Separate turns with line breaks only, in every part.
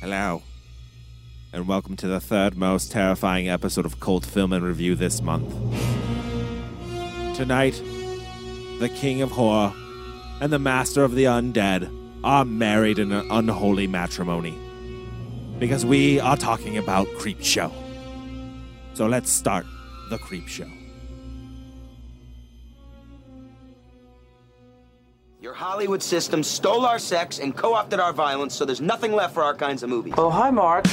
Hello. And welcome to the third most terrifying episode of Cold Film and Review this month. Tonight, the King of Horror and the Master of the Undead are married in an unholy matrimony. Because we are talking about Creep Show. So let's start the Creep Show.
Your Hollywood system stole our sex and co opted our violence, so there's nothing left for our kinds of movies.
Oh, hi, Mark.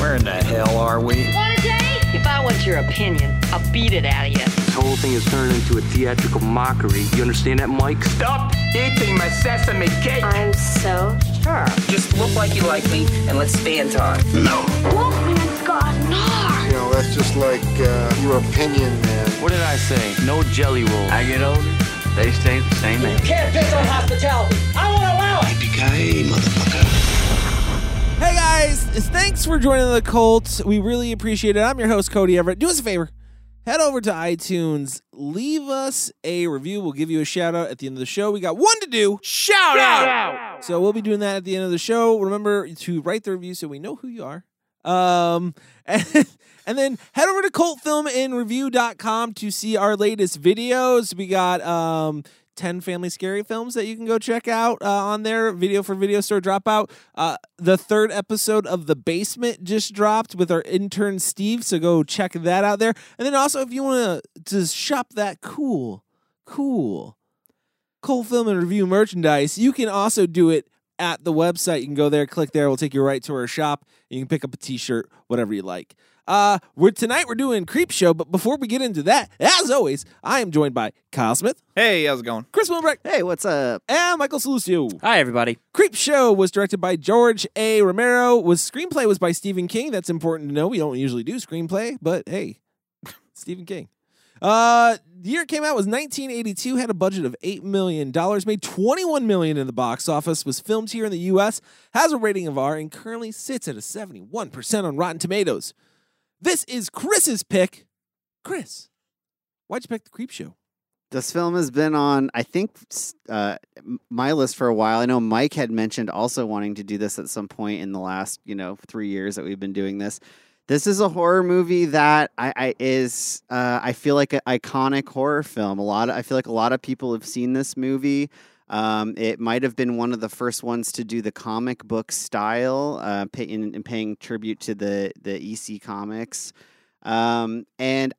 Where in the hell are we?
Want a date? If I want your opinion, I'll beat it out of you.
This whole thing is turning into a theatrical mockery. You understand that, Mike?
Stop eating my sesame cake.
I'm so sure.
Just look like you like me and let's spend time.
No. Wolfman's got
You know, that's just like uh, your opinion, man.
What did I say? No jelly roll. I get older, they stay the same age.
You can't piss on hospitality. I won't allow it.
Yippee-ki-yay, motherfucker.
Hey guys, thanks for joining the cult. We really appreciate it. I'm your host Cody Everett. Do us a favor head over to iTunes, leave us a review. We'll give you a shout out at the end of the show. We got one to do.
Shout, out. out.
So we'll be doing that at the end of the show. Remember to write the review so we know who you are. Um and, and then head over to cultfilmandreview.com to see our latest videos. We got um 10 family scary films that you can go check out uh, on there video for video store dropout uh, the third episode of the basement just dropped with our intern steve so go check that out there and then also if you want to to shop that cool cool cool film and review merchandise you can also do it at the website you can go there click there we'll take you right to our shop you can pick up a t-shirt whatever you like uh, we're tonight we're doing creep show, but before we get into that, as always, I am joined by Kyle Smith.
Hey, how's it going?
Chris Wilbrecht.
Hey, what's up?
And Michael Salucio.
Hi, everybody.
Creep show was directed by George A. Romero. Was screenplay was by Stephen King. That's important to know. We don't usually do screenplay, but hey, Stephen King. Uh, the year it came out was 1982. Had a budget of eight million dollars. Made 21 million in the box office. Was filmed here in the U.S. Has a rating of R and currently sits at a 71 percent on Rotten Tomatoes. This is Chris's pick. Chris, why'd you pick the Creep Show?
This film has been on, I think, uh, my list for a while. I know Mike had mentioned also wanting to do this at some point in the last, you know, three years that we've been doing this. This is a horror movie that I, I is, uh, I feel like an iconic horror film. A lot, of, I feel like a lot of people have seen this movie. Um, it might have been one of the first ones to do the comic book style, uh, pay, in, in, paying tribute to the the EC comics, um, and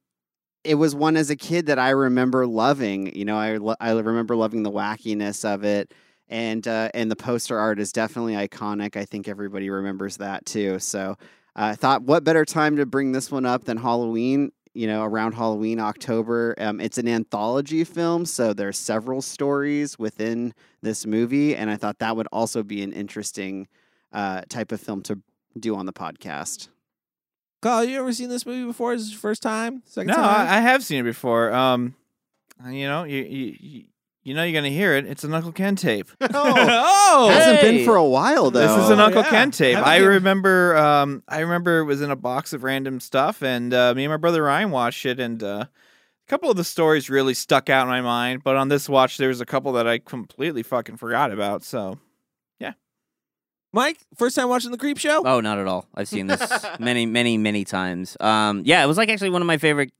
it was one as a kid that I remember loving. You know, I lo- I remember loving the wackiness of it, and uh, and the poster art is definitely iconic. I think everybody remembers that too. So uh, I thought, what better time to bring this one up than Halloween? you know around halloween october um, it's an anthology film so there's several stories within this movie and i thought that would also be an interesting uh, type of film to do on the podcast
Kyle, you ever seen this movie before? Is this your first time? Second
no,
time?
I, I have seen it before. Um, you know, you, you you know you're gonna hear it. It's an Uncle Ken tape.
oh, oh hey. hasn't been for a while though.
This is an Uncle yeah. Ken tape. I remember. Um, I remember it was in a box of random stuff, and uh, me and my brother Ryan watched it, and uh, a couple of the stories really stuck out in my mind. But on this watch, there was a couple that I completely fucking forgot about. So, yeah.
Mike, first time watching the Creep Show?
Oh, not at all. I've seen this many, many, many times. Um, yeah, it was like actually one of my favorite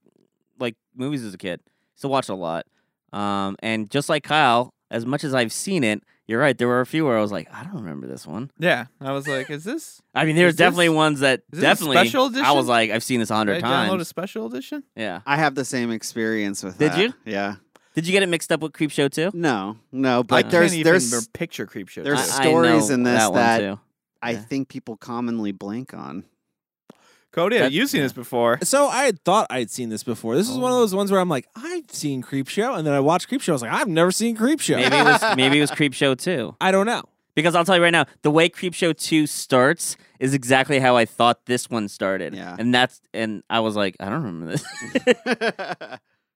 like movies as a kid. So watched a lot. Um, and just like Kyle, as much as I've seen it, you're right. There were a few where I was like, I don't remember this one.
Yeah, I was like, is this?
I mean, there's definitely this, ones that definitely
special edition. I
was like, I've seen this a hundred times.
Download a special edition.
Yeah,
I have the same experience with.
Did
that.
you?
Yeah.
Did you get it mixed up with Creepshow too?
No, no. But uh, there's there's
picture Creepshow.
There's I, stories I in this that, that yeah. I think people commonly blank on.
Cody, have you seen this before?
So I had thought I'd seen this before. This is oh. one of those ones where I'm like, I've seen Creep Show, and then I watched Creep Show. I was like, I've never seen Creep Show.
Maybe it was maybe it was Creep Show too.
I don't know.
Because I'll tell you right now, the way Creep Show 2 starts is exactly how I thought this one started.
Yeah.
And that's and I was like, I don't remember this.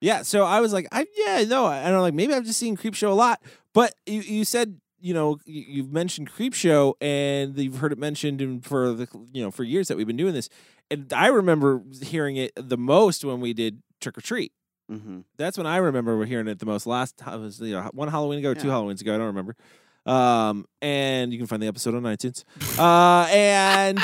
yeah, so I was like, I yeah, no, I don't like maybe I've just seen Creep Show a lot. But you, you said you know you've mentioned creep show and you've heard it mentioned in, for the you know for years that we've been doing this and i remember hearing it the most when we did trick or treat mm-hmm. that's when i remember hearing it the most last time was you know one halloween ago yeah. two halloweens ago i don't remember Um, and you can find the episode on iTunes. Uh, and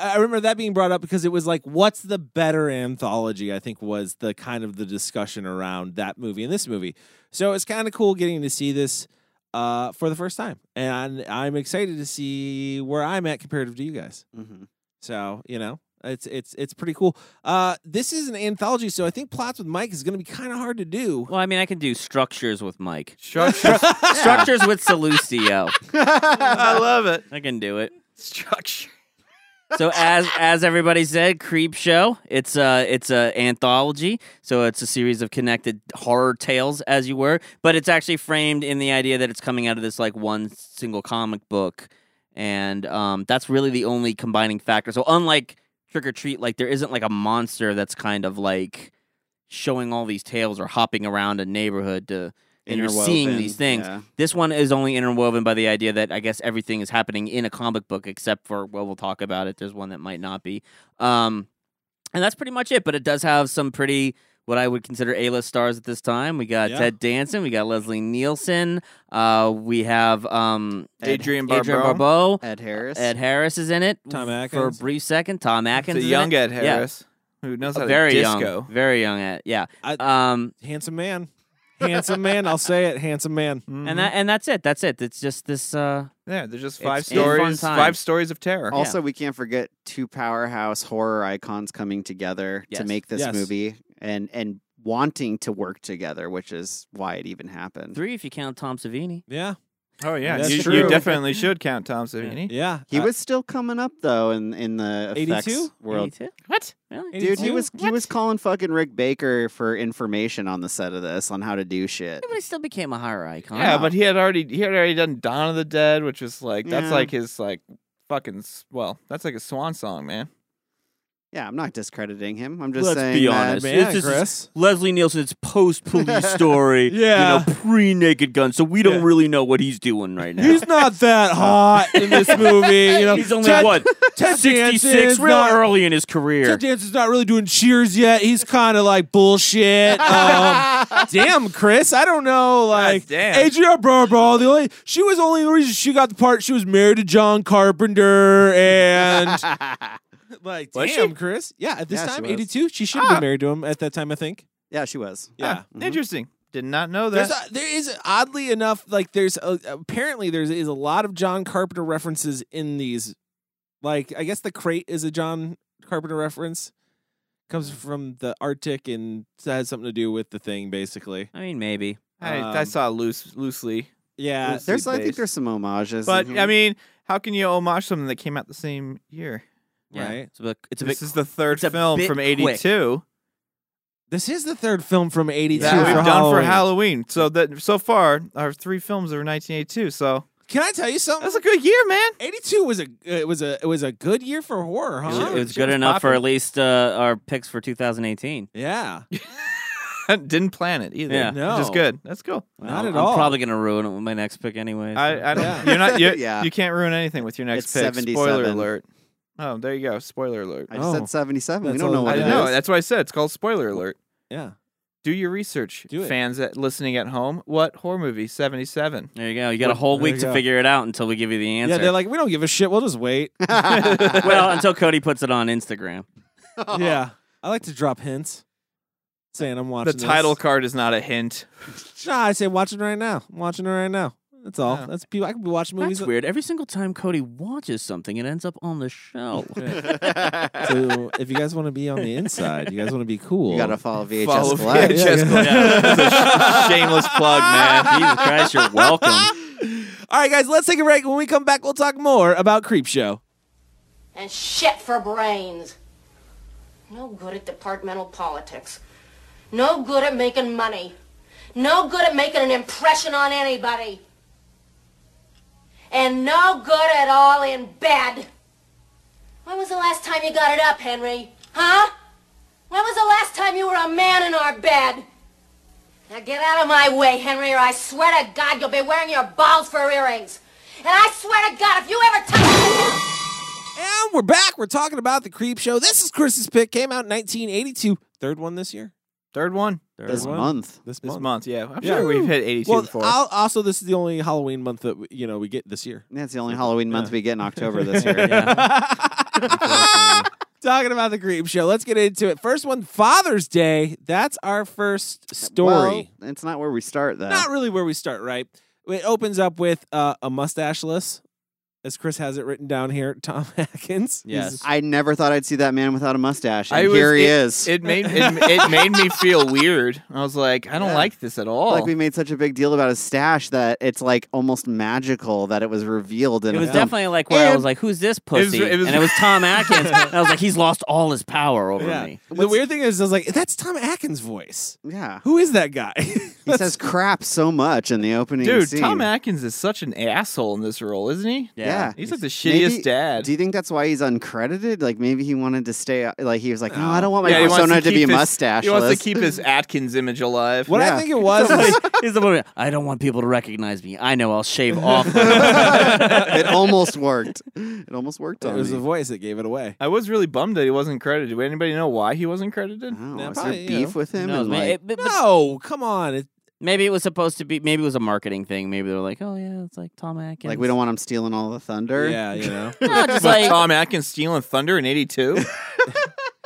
I remember that being brought up because it was like, what's the better anthology? I think was the kind of the discussion around that movie and this movie. So it's kind of cool getting to see this uh, for the first time, and I'm excited to see where I'm at comparative to you guys. Mm-hmm. So you know, it's it's it's pretty cool. Uh, this is an anthology, so I think plots with Mike is going to be kind of hard to do.
Well, I mean, I can do structures with Mike.
Structures,
structures with Salucio.
I love it.
I can do it.
Structure.
So as as everybody said, Creep Show. It's a it's a anthology. So it's a series of connected horror tales, as you were. But it's actually framed in the idea that it's coming out of this like one single comic book, and um, that's really the only combining factor. So unlike trick or treat like there isn't like a monster that's kind of like showing all these tales or hopping around a neighborhood to and you're seeing these things.
yeah.
This one is only interwoven by the idea that I guess everything is happening in a comic book except for well we'll talk about it. There's one that might not be. Um and that's pretty much it, but it does have some pretty what I would consider A-list stars at this time. We got
Yeah.
Ted Danson, we got Leslie Nielsen, uh, we have um,
Adrian Barbeau.
Barbeau.
Ed Harris.
Ed Harris is in it
Tom
for a
Atkins.
brief second. Tom Atkins,
The
is in
young
it.
Ed
Yeah.
Harris, who knows how
very
to
young,
disco.
very young Ed. Yeah,
I-
um,
Handsome man, handsome man. I'll say it, handsome man.
and that and that's it. That's it. It's just this. Uh,
Mm-hmm. Yeah, there's just five
It's a fun
stories.
time.
Five stories of terror.
Also, we can't forget two powerhouse horror icons coming together to
Yes.
make this
Yes.
movie and and wanting to work together, which is why it even happened.
three if you count Tom Savini.
Yeah,
Oh yeah,
That's
you, you
true.
definitely should count Tom Savini.
yeah.
He
Uh,
was still coming up though in in the effects
82?
world.
82? What? Really?
Dude, he
82?
was he was calling fucking Rick Baker for information on the set of this on how to do shit.
Yeah, but he still became a horror icon.
Yeah, but he had already he had already done Dawn of the Dead, which was like that's
Yeah.
like his like fucking s- well, that's like a swan song, man.
Yeah, I'm not discrediting him. I'm just
Let's
saying.
be
that-
honest.
man,
This is-
Chris.
Leslie Nielsen's post police story,
Yeah.
you know, pre Naked Gun, so we don't
Yeah.
really know what he's doing right now.
He's not that hot in this movie, you know.
He's only
Ted-
what
Ted
sixty six,
Danson's
real
not-
early in his career.
Ted Danson's not really doing cheers yet. He's kind of like bullshit. Um, damn, Chris. I don't know. Like,
damn.
Adrienne Barbeau, the only she was only the reason she got the part. She was married to John Carpenter, and like, damn,
Was she?
Chris. Yeah, at this
Yeah, she
time,
was.
eighty two, she should have
Ah.
been married to him at that time. I think.
Yeah, she was.
Yeah.
Ah,
Mm-hmm.
interesting. Did not know that.
There's a, there is oddly enough like there's a, apparently there's is a lot of John Carpenter references in these. Like I guess the crate is a John Carpenter reference. Comes from the Arctic and has something to do with the thing basically.
I mean, maybe.
I, I
um,
saw loose loosely,
Yeah.
Yes.
There's, I think
Based.
there's some homages.
but
Mhm.
I mean, how can you homage something that came out the same year?
Yeah.
Right.
It's a bit. It's a
this
bit.
is the third
it's a
film
bit
from
quick.
'82
This is the third film from 82
that
Yeah.
for
we've done for
Halloween.
Halloween. So that so far our three films are 1982. So
Can I tell you something?
that's a good year, man.
82 was a uh, it was a it was a good year for horror, huh?
It was, it was
She
good
was
enough for
popping.
at least uh, our picks for 2018.
yeah.
Didn't plan it either.
Yeah.
No.
Which is good. That's cool.
Not
Well,
at
I'm
all.
probably gonna ruin it with my next pick anyway. so.
I, I don't.
Yeah.
You're not. You're,
Yeah.
You can't ruin anything with your next
It's
pick.
77.
Spoiler alert. Oh, there you go. Spoiler alert.
I just
Oh.
said 77. we
That's
don't know
all-
what
I
it
didn't
is.
know. That's what I said. It's called spoiler alert.
yeah.
Do your research,
Do it.
fans that listening at home. What horror movie? Seventy-seven.
there you go. You got a whole
There
week
you
to
go.
figure it out until we give you the answer.
Yeah, they're like we don't give a shit. We'll just wait.
well, until Cody puts it on Instagram.
yeah. I like to drop hints saying I'm watching
The
this.
title card is not a hint.
No, I say watching right now. I'm watching it right now. That's all.
Yeah.
That's people. I could be watching movies.
That's weird. Every single time Cody watches something, it ends up on the show.
So if you guys want to be on the inside, you guys want to be cool.
you gotta follow VHS
Follow
Collect.
Yeah,
VHS
yeah.
Club. That's a sh- shameless plug, man.
Jesus Christ, you're welcome.
all right, guys, let's take a break. When we come back, we'll talk more about Creep Show.
And shit for brains. No good at departmental politics. No good at making money. No good at making an impression on anybody. And no good at all in bed. When was the last time you got it up, Henry? Huh? When was the last time you were a man in our bed? Now get out of my way, Henry, or I swear to God you'll be wearing your balls for earrings. And I swear to God, if you ever touch...
And we're back. We're talking about the Creep Show. This is Chris's pick. Came out in 1982. Third one this year.
Third one.
Third this one. month.
This, this month. month. Yeah, I'm yeah. sure we've hit 82
well,
before.
I'll, also, this is the only Halloween month that we, you know we get this year.
That's the only Halloween month yeah. we get in October this year. yeah.
Talking about the creep show, let's get into it. First one, Father's Day. That's our first story.
Well, it's not where we start, though.
Not really where we start, right? It opens up with uh, a mustacheless as Chris has it written down here, Tom Atkins.
Yes, I never thought I'd see that man without a mustache, and was, here he
it,
is.
It made it, it, made me feel weird. I was like, I don't yeah. like this at all.
Like we made such a big deal about his stash that it's like almost magical that it was revealed.
it was
film.
definitely like where and I was like, "Who's this pussy?" It was, was, and it was Tom Atkins. and I was like, "He's lost all his power over yeah. me."
What's, the weird thing is, I was like, "That's Tom Atkins' voice."
Yeah,
who is that guy?
he says crap so much in the opening.
Dude,
scene.
Tom Atkins is such an asshole in this role, isn't he?
Yeah. Yeah.
He's like the shittiest
maybe,
dad.
Do you think that's why he's uncredited? Like maybe he wanted to stay like he was like, No, oh, I don't want my yeah, persona to, to, be mustache.
He wants to keep his Atkins image alive.
What yeah. I think it was
is the one, I don't want people to recognize me. I know I'll shave off.
it almost worked. It almost worked
It was
me.
the voice that gave it away.
I was really bummed that he wasn't credited. Did anybody know why he wasn't credited?
No, yeah, was probably, there beef you know. with him?
No,
like,
it, but, but, no come on. It,
Maybe it was supposed to be. Maybe it was a marketing thing. Maybe they're like, "Oh yeah, it's like Tom Atkins."
Like we don't want him stealing all the thunder.
Yeah, you know.
no, just like
Tom Atkins stealing thunder in '82.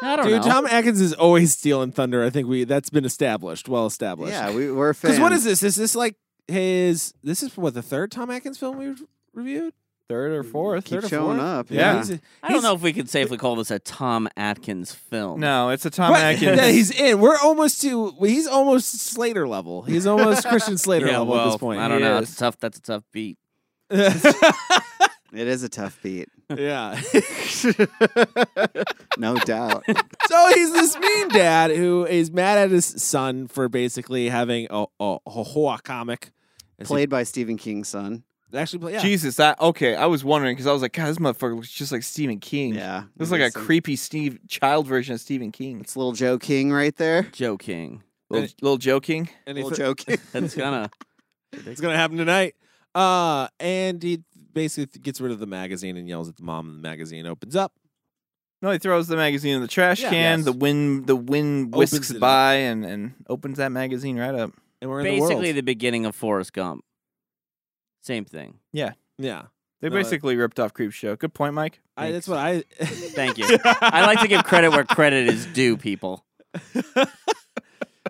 I don't
Dude,
know.
Tom Atkins is always stealing thunder. I think we that's been established, well established.
Yeah, we, are Because
what is this? Is this like his? This is what the third Tom Atkins film we reviewed.
Third or fourth,
Keep
third
showing
or fourth.
up. Yeah, yeah.
He's, he's, I don't know if we could safely call this a Tom Atkins film.
No, it's a Tom but, Atkins.
Yeah, he's in. We're almost to. He's almost Slater level. He's almost Christian Slater
yeah,
level
well,
at this point.
I don't he know. It's tough. That's a tough beat.
It is a tough beat.
Yeah.
no doubt.
So he's this mean dad who is mad at his son for basically having a, a, a hoa comic.
Is Played he... by Stephen King's son.
Actually, play, yeah.
Jesus, that okay. I was wondering because I was like, God, this motherfucker looks just like Stephen King.
Yeah,
this like a some... creepy Steve child version of Stephen King.
It's little Joe King right there.
Joe King,
little, little Joe King,
little Joe
Uh,
King.
That's gonna,
it's gonna happen tonight. Uh, and he basically gets rid of the magazine and yells at the mom, and the magazine opens up.
No, he throws the magazine in the trash yeah, can. Yes. The wind, the wind whisks by up. and, and opens that magazine right up.
And we're
basically
the, the,
beginning of Forrest Gump. Same thing.
Yeah,
yeah.
They no, basically that... ripped off Creep Show. Good point, Mike.
I, that's what I.
Thank you. I like to give credit where credit is due, people.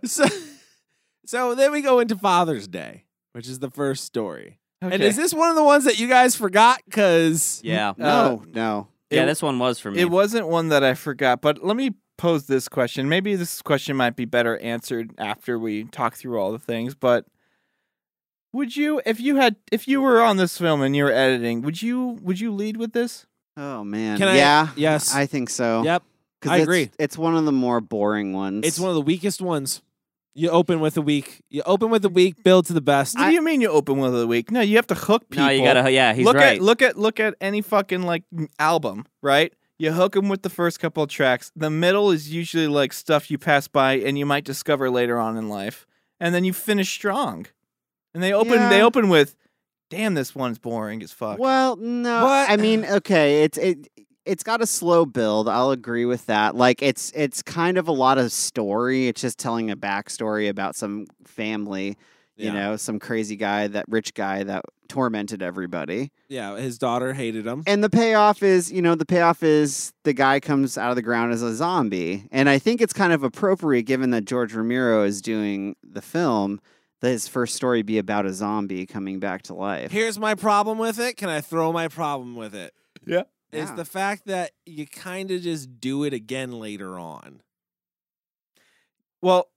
so, so then we go into Father's Day, which is the first story. Okay. And is this one of the ones that you guys forgot? Because
yeah,
no, uh, no,
yeah, it, this one was for me.
It wasn't one that I forgot, but let me pose this question. Maybe this question might be better answered after we talk through all the things. But would you, if you had, if you were on this film and you were editing, would you, would you lead with this?
Oh man, Can yeah,
I, yes,
I think so.
Yep, I
it's,
agree.
It's one of the more boring ones.
It's one of the weakest ones. You open with a week. You open with a week. Build to the best.
What I, do you mean you open with a week? No, you have to hook people.
No, you gotta. Yeah, he's
look
right.
At, look at look at any fucking like album, right? You hook them with the first couple of tracks. The middle is usually like stuff you pass by and you might discover later on in life, and then you finish strong. And they open. Yeah. They open with, "Damn, this one's boring as fuck."
Well, no, what? I mean, okay, it's it it's got a slow build. I'll agree with that. Like it's it's kind of a lot of story. It's just telling a backstory about some family, you yeah. know, some crazy guy, that rich guy that tormented everybody.
Yeah, his daughter hated him.
And the payoff is, you know, the payoff is the guy comes out of the ground as a zombie. And I think it's kind of appropriate given that George Romero is doing the film that his first story be about a zombie coming back to life.
Here's my problem with it. Can I throw my problem with it?
Yeah.
Yeah. is the fact that you kind of just do it again later on.
Well,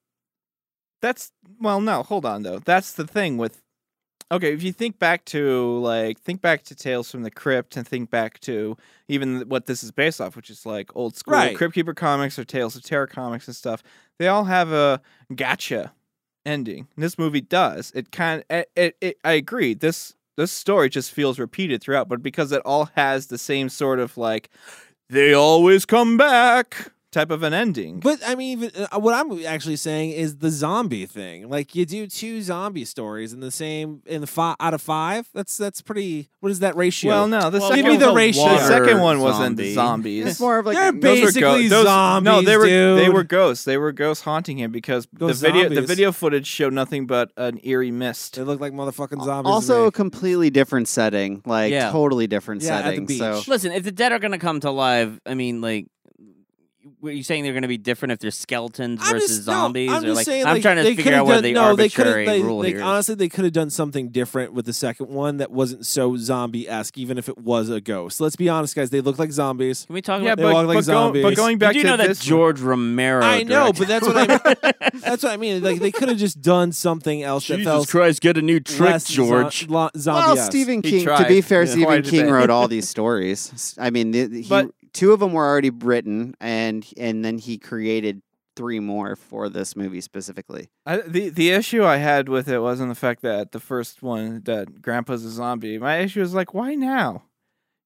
that's well, no, hold on though. That's the thing with okay. If you think back to like think back to Tales from the Crypt and think back to even what this is based off, which is like old school
right.
Crypt Keeper comics or Tales of Terror comics and stuff. They all have a gotcha ending. And this movie does. It kind it, it, it I agree. This this story just feels repeated throughout, but because it all has the same sort of like they always come back type of an ending.
But I mean, uh, what I'm actually saying is the zombie thing. Like you do two zombie stories in the same in the five out of five. That's that's pretty. What is that ratio?
Well, no, the
well,
second
give me the ratio.
The second one wasn't the zombies.
It's more of like
they're basically
those,
zombies.
No, they were
dude.
they were ghosts. They were ghosts haunting him because
Those
the video the
zombies.
video footage showed nothing but an eerie mist.
They look like motherfucking zombies.
also
to
a
me.
completely different setting, like
Yeah.
totally different
Yeah, at the
setting.
beach.
So
Listen, if the dead are gonna come to life, I mean, like, were you saying they're gonna be different if they're skeletons
I'm
versus
just- no,
zombies?
I'm
or
just
like,
saying,
I'm
like,
trying to
they
figure
could've
out what
done-
the
no, they could've-
arbitrary
they-
rule
like,
here is.
Honestly, they could have done something different with the second one that wasn't so zombie esque, even if it was a ghost. Let's be honest, guys. They look like zombies.
Can we talk
Yeah,
about?
They
but,
walk like
but, going, but
zombies.
going back
Did you
to
know that
this
George Romero?
I know,
directed-
but that's what I mean. that's what I mean. Like they could have just done something else that
Jesus
felt
Christ, get a new trick,
less
George.
Zo- lo- zombie-esque.
well, Stephen
He
King. To
tried.
be fair,
Yeah.
Stephen
Quite a
King
bit.
wrote all these stories. S- I mean, th- he,
But-
two of them were already written, and and then he created three more for this movie specifically.
I, the the issue I had with it wasn't the fact that the first one that Grandpa's a zombie. My issue is like, why now?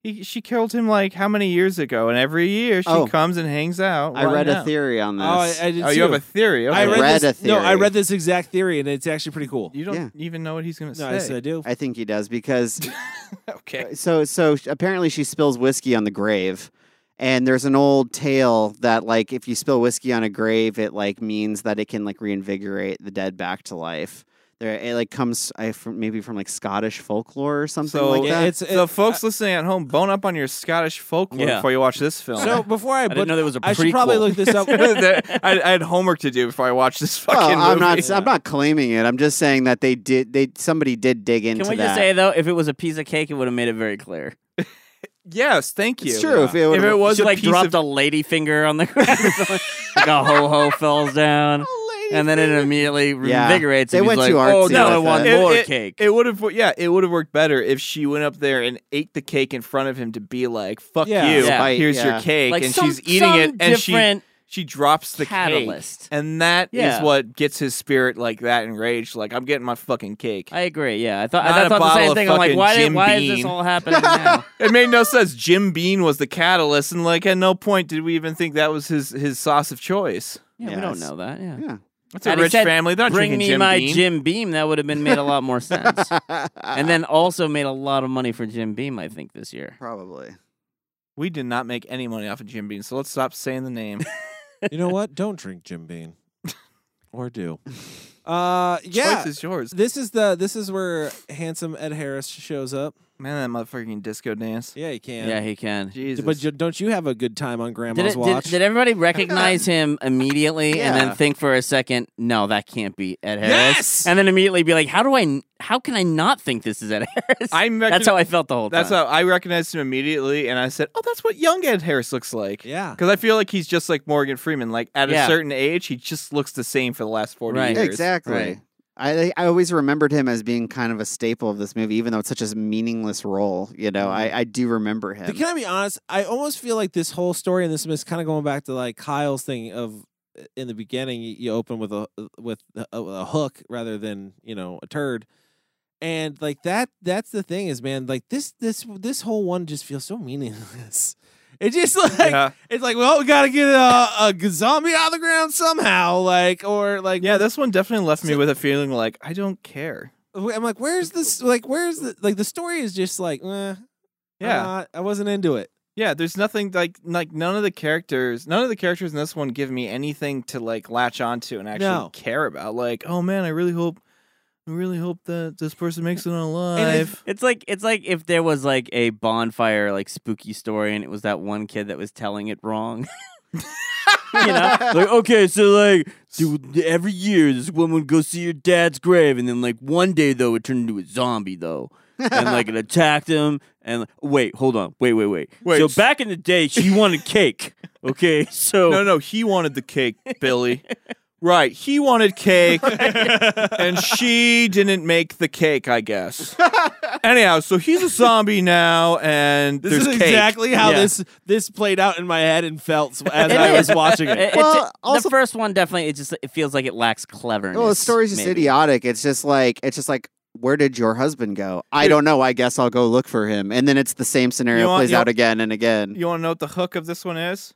He, she killed him like how many years ago, and every year she
Oh.
comes and hangs out.
I
Why
read
now?
a theory on this.
Oh, I, I did
Oh, you have
too.
a theory. Okay.
I read,
read
this,
a
No, I
theory.
read this exact theory, and it's actually pretty cool.
You don't
Yeah.
even know what he's gonna
No, I
say.
said I do.
I think he does because
okay.
so so sh- apparently she spills whiskey on the grave and there's an old tale that like if you spill whiskey on a grave it like means that it can like reinvigorate the dead back to life there it like comes I, from, maybe from like scottish folklore or something
So
like
Yeah,
that
it's it-
so, folks listening at home, bone up on your Scottish folklore
uh, Yeah.
before you watch this film.
So before I,
I didn't know there was a
I should probably
prequel.
look this up.
I, I had homework to do before I watched this fucking
well, I'm
movie.
not. I'm not claiming it. I'm just saying that they did. They somebody did dig into
Can we
that.
just say though, if it was a piece of cake, it would have made it very clear.
Yes, thank you.
It's true. If it
If
would've-
it was
She
a
like
piece
dropped
of
a lady finger on the ground, or something. like a ho ho falls down, and then it immediately
Yeah.
reinvigorates.
They
him. He's
went
like,
too
Oh
artsy
no,
with
I want
that."
more
it,
cake.
It would have, yeah, it would have worked better if she went up there and ate the cake in front of him to be like, "Fuck
Yeah.
you,
Yeah.
Bite,
here's
yeah.
your cake,"
Like
and
some-
she's eating it,
some
and she
different
she drops the
catalyst.
cake, and that is
Yeah.
what gets his spirit like that enraged. Like, I'm getting my fucking cake.
I agree. Yeah, I thought
Not
I
a
thought the
bottle
same
of
thing. I'm like,
fucking
why? Did,
Jim
why is
Beam.
this all happening now?
it made no sense. Jim Bean was the catalyst, and like at no point did we even think that was his his sauce of choice.
Yeah, we don't know that. Yeah.
Yeah.
It's a
Had he
rich
said,
family. They're not
Bring
drinking
me
Jim
my
Beam.
Jim Beam. That would have been made a lot more sense, and then also made a lot of money for Jim Beam. I think this year.
Probably.
We did not make any money off of Jim Bean, so let's stop saying the name.
you know what? Don't drink Jim Bean, or do. Uh, yeah.
Choice is yours.
This is the this is where handsome Ed Harris shows up.
Man, that motherfucking disco dance.
Yeah, he can.
Yeah, he can.
Jesus.
But you, don't you have a good time on Grandma's
Did, it, did,
watch?
did everybody recognize him immediately and
Yeah.
then think for a second, no, that can't be Ed Harris?
Yes!
And then immediately be like, how do I, how can I not think this is Ed Harris?
I'm
that's
recogni-
how I felt the whole
that's
time.
how I recognized him immediately, and I said, "Oh, that's what young Ed Harris looks like."
Yeah.
because I feel like he's just like Morgan Freeman. Like at
Yeah.
a certain age, he just looks the same for the last forty
Right.
years.
Exactly.
Right.
I I always remembered him as being kind of a staple of this movie, even though it's such a meaningless role. You know,
Mm.
I, I do remember him.
But Can I be honest? I almost feel like this whole story and this is kind of going back to like Kyle's thing of uh, in the beginning you- you open with a uh, with a, a hook rather than you know a turd, and like that that's the thing is man like this this this whole one just feels so meaningless. It just like
Yeah.
it's like well we gotta get a, a g- zombie out of the ground somehow like or like
Yeah, this one definitely left me with a feeling like I don't care.
I'm like where's this like where's the like the story is just like eh, I'm
Yeah.
not- I wasn't into it
Yeah, there's nothing like like none of the characters, none of the characters in this one give me anything to like latch onto and actually
No.
care about. Like, oh man, I really hope, I really hope that this person makes it alive.
It's like it's like if there was like a bonfire like spooky story and it was that one kid that was telling it wrong. you know? Like, okay, so like dude, every year this woman would go see your dad's grave and then like one day though it turned into a zombie though. and like it attacked him and like, wait, hold on. Wait, wait, wait.
Wait,
so
s-
back in the day she wanted cake. Okay. So
No, no, he wanted the cake, Billy. right, he wanted cake, and she didn't make the cake, I guess. Anyhow, so he's a zombie now, and
This
there's
is
cake.
exactly how
Yeah.
this this played out in my head and felt as
It
I was
is.
watching
It-
it.
it's-
Well,
the
also-
first one definitely it just it feels like it lacks cleverness.
well, the story's just
maybe.
idiotic. It's just like it's just like where did your husband go? I don't know. I guess I'll go look for him. And then it's the same scenario
You want-
plays
you
out
want-
again and again.
You want to know what the hook of this one is?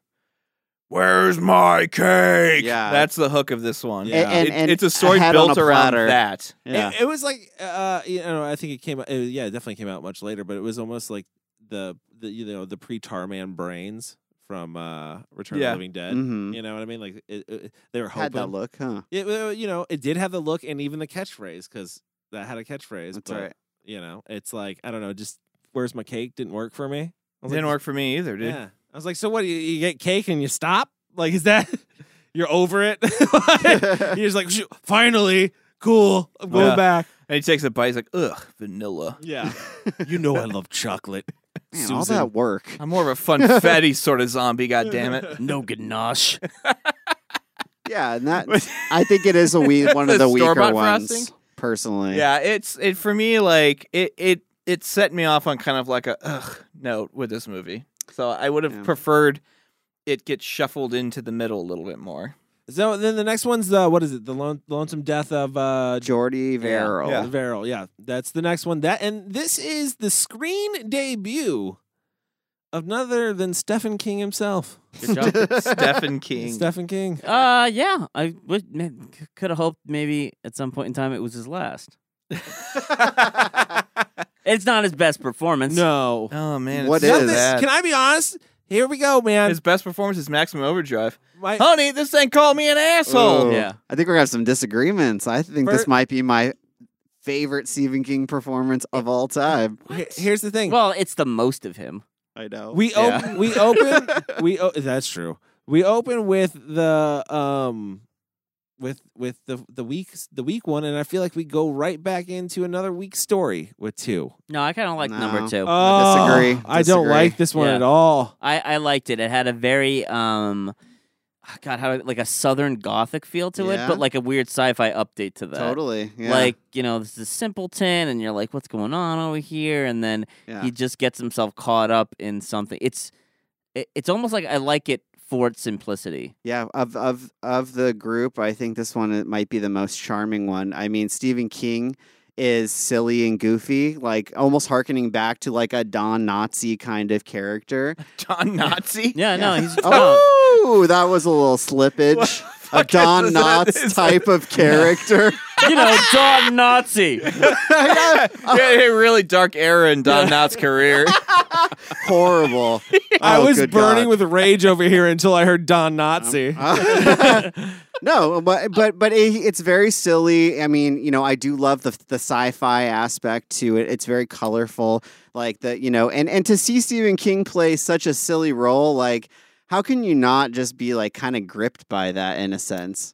Where's my cake?
Yeah.
That's the hook of this one.
Yeah. And-
It-
and-
it's a story
a hat
built
on a
around
platter.
that.
Yeah.
It, it was like uh, you know, I think it came out. It, yeah, it definitely came out much later, but it was almost like the the you know the pre Tarman brains from uh, Return
Yeah.
of the Living Dead.
Mhm.
You know what I mean? Like it, it, they were hoping.
Had that look, huh?
It, uh, you know, it did have the look and even the catchphrase because that had a catchphrase.
That's
but
right.
you know, it's like I don't know. Just where's my cake? Didn't work for me. I was
Didn't
like,
work for me either, dude.
Yeah. I was like, so what? You, you get cake and you stop? Like, is that you're over it? Like, you're just like, "Shoot, finally, cool. I'm going
Yeah.
back.
And he takes a bite. He's like, ugh, vanilla.
Yeah. you know I love chocolate.
Man, all that work.
I'm more of a funfetti sort of zombie, goddammit.
No ganache.
Yeah, and that I think it is a we one of
The
the weaker
store-bought
ones
frosting?
personally.
Yeah, it's it for me like it it it set me off on kind of like a ugh note with this movie. So I would have
Yeah.
preferred it get shuffled into the middle a little bit more.
So then the next one's the what is it? The lone, lonesome death of uh
Jordy Verrill.
Yeah.
Verrill. Yeah, that's the next one. That and this is the screen debut of none other than Stephen King himself.
Good job.
Stephen King.
Stephen King.
Uh, yeah. I would could have hoped maybe at some point in time it was his last. It's not his best performance.
No.
oh man,
What
it's so
is-
bad.
Can I be honest? Here we go, man.
His best performance is Maximum Overdrive.
My-
Honey, this thing called me an asshole.
Ooh.
Yeah.
I think we're gonna have some disagreements. I think
Bert-
this might be my favorite Stephen King performance of all time.
he- here's the thing.
Well, it's the most of him.
I know.
We
Yeah.
open. We open. we. O- that's true. We open with the um, with with the the week the week one, and I feel like we go right back into another week story with two.
No, I kind of like number
No.
two.
Oh,
disagree.
I don't
Disagree.
like this one
Yeah.
at all.
I, I liked it. It had a very um, ah, God, how like a southern gothic feel to it,
Yeah.
but like a weird sci-fi update to that.
Totally. Yeah.
Like you know, this is simpleton, and you're like, what's going on over here? And then
yeah.
he just gets himself caught up in something. It's it, it's almost like I like it for its simplicity.
Yeah, of of of the group, I think this one it might be the most charming one. I mean, Stephen King is silly and goofy, like almost harkening back to like a Don Nazi kind of character.
John Nazi.
Yeah, no, he's oh.
Oh, that was a little slippage. A
fuck
Don
is that?
Knotts
Is
type of character.
you know, Don Nazi.
yeah, yeah, really dark era in Don Knotts' career.
Horrible.
I
Oh,
was
good
burning
God.
with rage over here until I heard Don Nazi. Uh,
no, but but but it, it's very silly. I mean, you know, I do love the the sci-fi aspect to it. It's very colorful, like the you know, and and to see Stephen King play such a silly role, like how can you not just be like kind of gripped by that in a sense?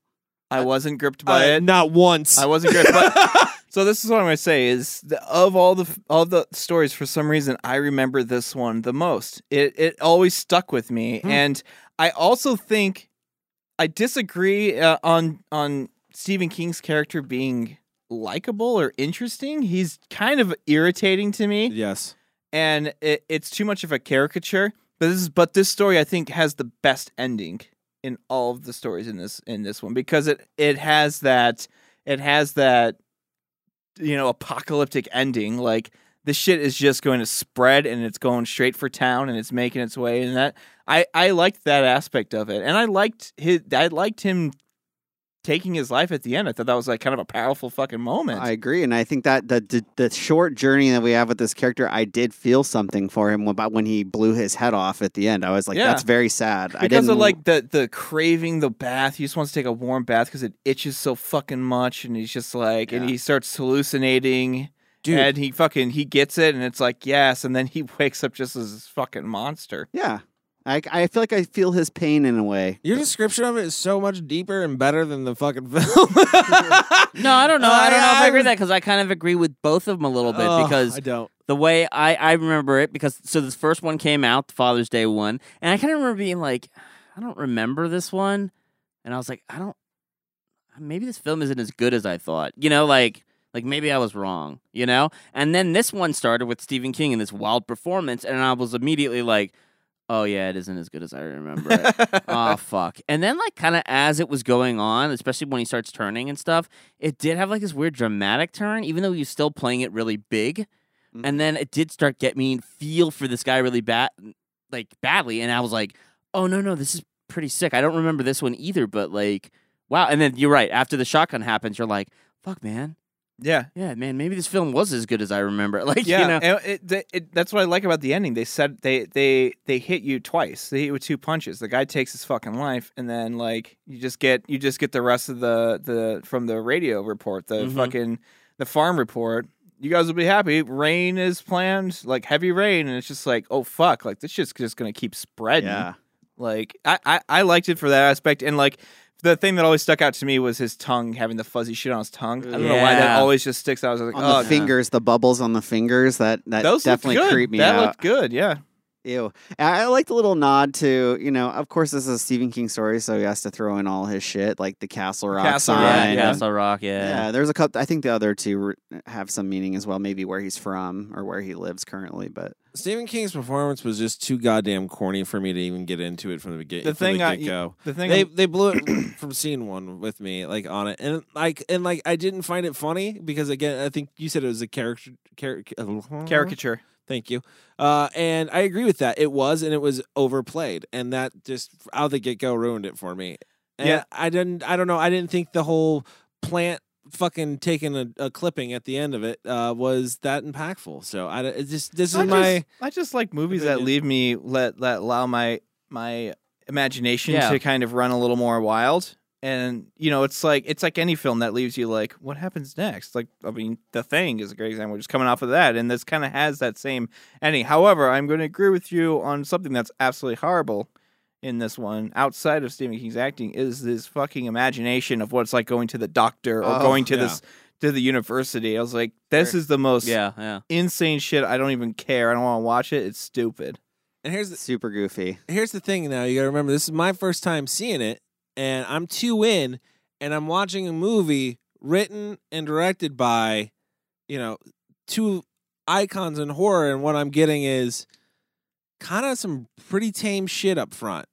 I wasn't gripped by
Uh,
it.
not once.
I wasn't gripped. But so this is what I'm going to say is the, of all the all the stories for some reason I remember this one the most. It it always stuck with me and I also think I disagree uh, on on Stephen King's character being likable or interesting. He's kind of irritating to me
yes.
and it, it's too much of a caricature. But this is but this story I think has the best ending in all of the stories in this in this one because it it has that it has that you know apocalyptic ending like this shit is just going to spread and it's going straight for town and it's making its way and that I I liked that aspect of it and I liked his I liked him taking his life at the end I thought that was like kind of a powerful fucking moment
I agree, and I think that the, the the short journey that we have with this character, I did feel something for him about when he blew his head off at the end. I was like,
Yeah.
that's very sad. I
because
didn't
of like the the craving the bath he just wants to take a warm bath because it itches so fucking much and he's just like and
Yeah.
he starts hallucinating
Dude.
and he fucking he gets it and it's like yes and then he wakes up just as this fucking monster
Yeah. I, I feel like I feel his pain in a way.
Your description of it is so much deeper and better than the fucking film.
No, I don't know.
I-
I don't know if
I
I
was-
agree with that because I kind of agree with both of them a little bit
Oh,
because
I don't.
the way I, I remember it because so this first one came out the Father's Day one and I kind of remember being like I don't remember this one and I was like I don't maybe this film isn't as good as I thought you know like like maybe I was wrong you know and then this one started with Stephen King and this wild performance and I was immediately like oh yeah it isn't as good as I remember it
Um,
oh fuck and then like kind of as it was going on especially when he starts turning and stuff it did have like this weird dramatic turn even though he was still playing it really big
Mm-hmm.
and then it did start get me feel for this guy really bad like badly and i was like oh no no this is pretty sick. I don't remember this one either, but like, wow. And then you're right. After the shotgun happens, you're like, fuck, man.
Yeah,
yeah, man. Maybe this film was as good as I remember. Like,
yeah, uh,
you know,
it, it, it, that's what I like about the ending. They said they they they hit you twice. They hit you with two punches. The guy takes his fucking life, and then like you just get you just get the rest of the the from the radio report, the
Mhm.
fucking the farm report. You guys will be happy. Rain is planned, like heavy rain, and it's just like, oh fuck, like this shit's just gonna keep spreading.
Yeah.
Like I, I I liked it for that aspect, and like the thing that always stuck out to me was his tongue having the fuzzy shit on his tongue. I don't know why
Yeah.
that always just sticks out. I was like,
on
oh,
the
God.
fingers, the bubbles on the fingers that that
Those look
definitely
good.
creep me
That
out.
looked good. Yeah.
Ew. And I like the little nod to, you know, of course this is a Stephen King story, so he has to throw in all his shit, like the Castle Rock
Castle Rock,
sign.
yeah.
and-
Castle Rock. Yeah,
yeah, there's a couple. I think the other two were- uh, have some meaning as well, maybe where he's from or where he lives currently. But
Stephen King's performance was just too goddamn corny for me to even get into it from the beginning.
The thing
the
I-
get-go.
the thing
they
I'm-
they blew it from scene one with me, like on it, and like and like I didn't find it funny because again, I think you said it was a character car-
Caricature.
Thank you. Uh, and I agree with that. It was, and it was overplayed, and that just out the get go ruined it for me. And
Yeah.
I didn't. I don't know. I didn't think the whole plant fucking taking a, a clipping at the end of it uh, was that impactful. So I it just this
I
is
just,
my
I just like movies that
opinion.
leave me let that allow my my imagination
Yeah.
to kind of run a little more wild. And you know, it's like it's like any film that leaves you like, what happens next? Like, I mean, The Thing is a great example. Just coming off of that, and this kind of has that same ending. However, I'm going to agree with you on something that's absolutely horrible in this one. Outside of Stephen King's acting, is this fucking imagination of what it's like going to the doctor or
Oh,
going to
yeah.
this to the university. I was like, this is the most
yeah, yeah.
insane shit. I don't even care. I don't want to watch it. It's stupid.
and here's the,
super goofy.
here's the thing now you gotta remember this is my first time seeing it and i'm two in and i'm watching a movie written and directed by you know two icons in horror and what i'm getting is kind of some pretty tame shit up front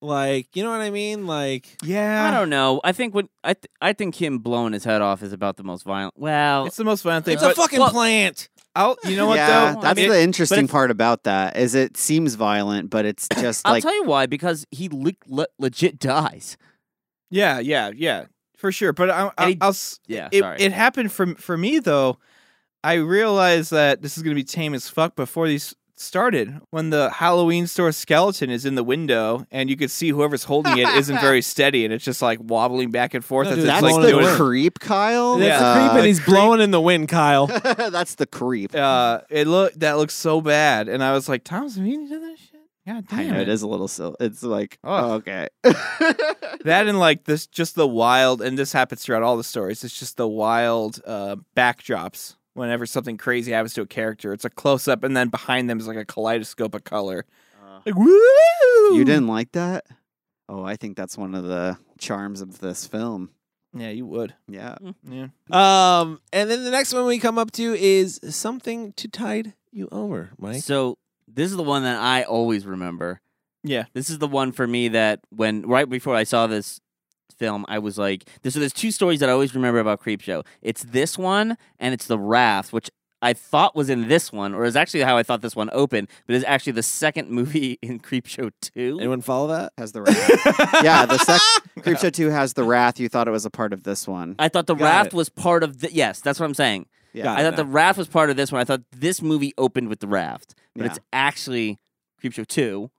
like you know what i mean like
Yeah.
I don't know. I think what I th- I think him blowing his head off is about the most violent. Well,
It's the most violent thing.
it's a
but
fucking
well-
plant
I'll, you know what
yeah,
though?
that's
It-
the interesting
if-
part about that is it seems violent, but it's just
I'll
like
tell you why because he le- le- legit dies.
Yeah, yeah, yeah, for sure. But I, I,
And he-
I'll. s-
Yeah,
It,
Oh, sorry.
it happened for for me though. I realized that this is gonna be tame as fuck before these started. When the Halloween store skeleton is in the window and you could see whoever's holding it isn't very steady and it's just like wobbling back and forth.
No,
as
dude,
it's,
that's
blowing
like
in
the
the
doing
wind.
creep, Kyle. Uh,
that's
Yeah. Uh,
the creep and he's
creep.
blowing in the wind kyle
that's the creep.
uh, it look that looks so bad, and I was like, "Tom's mean to that shit." God damn
I know
it.
it is a little silly. It's like
Oh.
okay.
that and like this, just the wild, and this happens throughout all the stories. It's just the wild uh, backdrops. Whenever something crazy happens to a character, it's a close up, and then behind them is like a kaleidoscope of color. Like woo!
You didn't like that? Oh, I think that's one of the charms of this film.
Yeah, you would.
Yeah.
Yeah.
um and then the next one we come up to is something to tide you over mike
So this is the one that I always remember.
Yeah.
This is the one for me that when right before I saw this film, I was like, "There's so there's two stories that I always remember about Creepshow. It's this one and it's the Raft, which I thought was in this one, or is actually how I thought this one opened, but is actually the second movie in Creepshow Two.
anyone follow that
Has the wrath. yeah, the sec- Creepshow 2 has the wrath. You thought it was a part of this one.
I thought the
Got
Raft
it.
was part of the. Yes, that's what I'm saying.
Yeah.
Got
I
it
thought
now.
the raft was part of this one. I thought this movie opened with the raft, but it's
Yeah.
actually Creepshow two.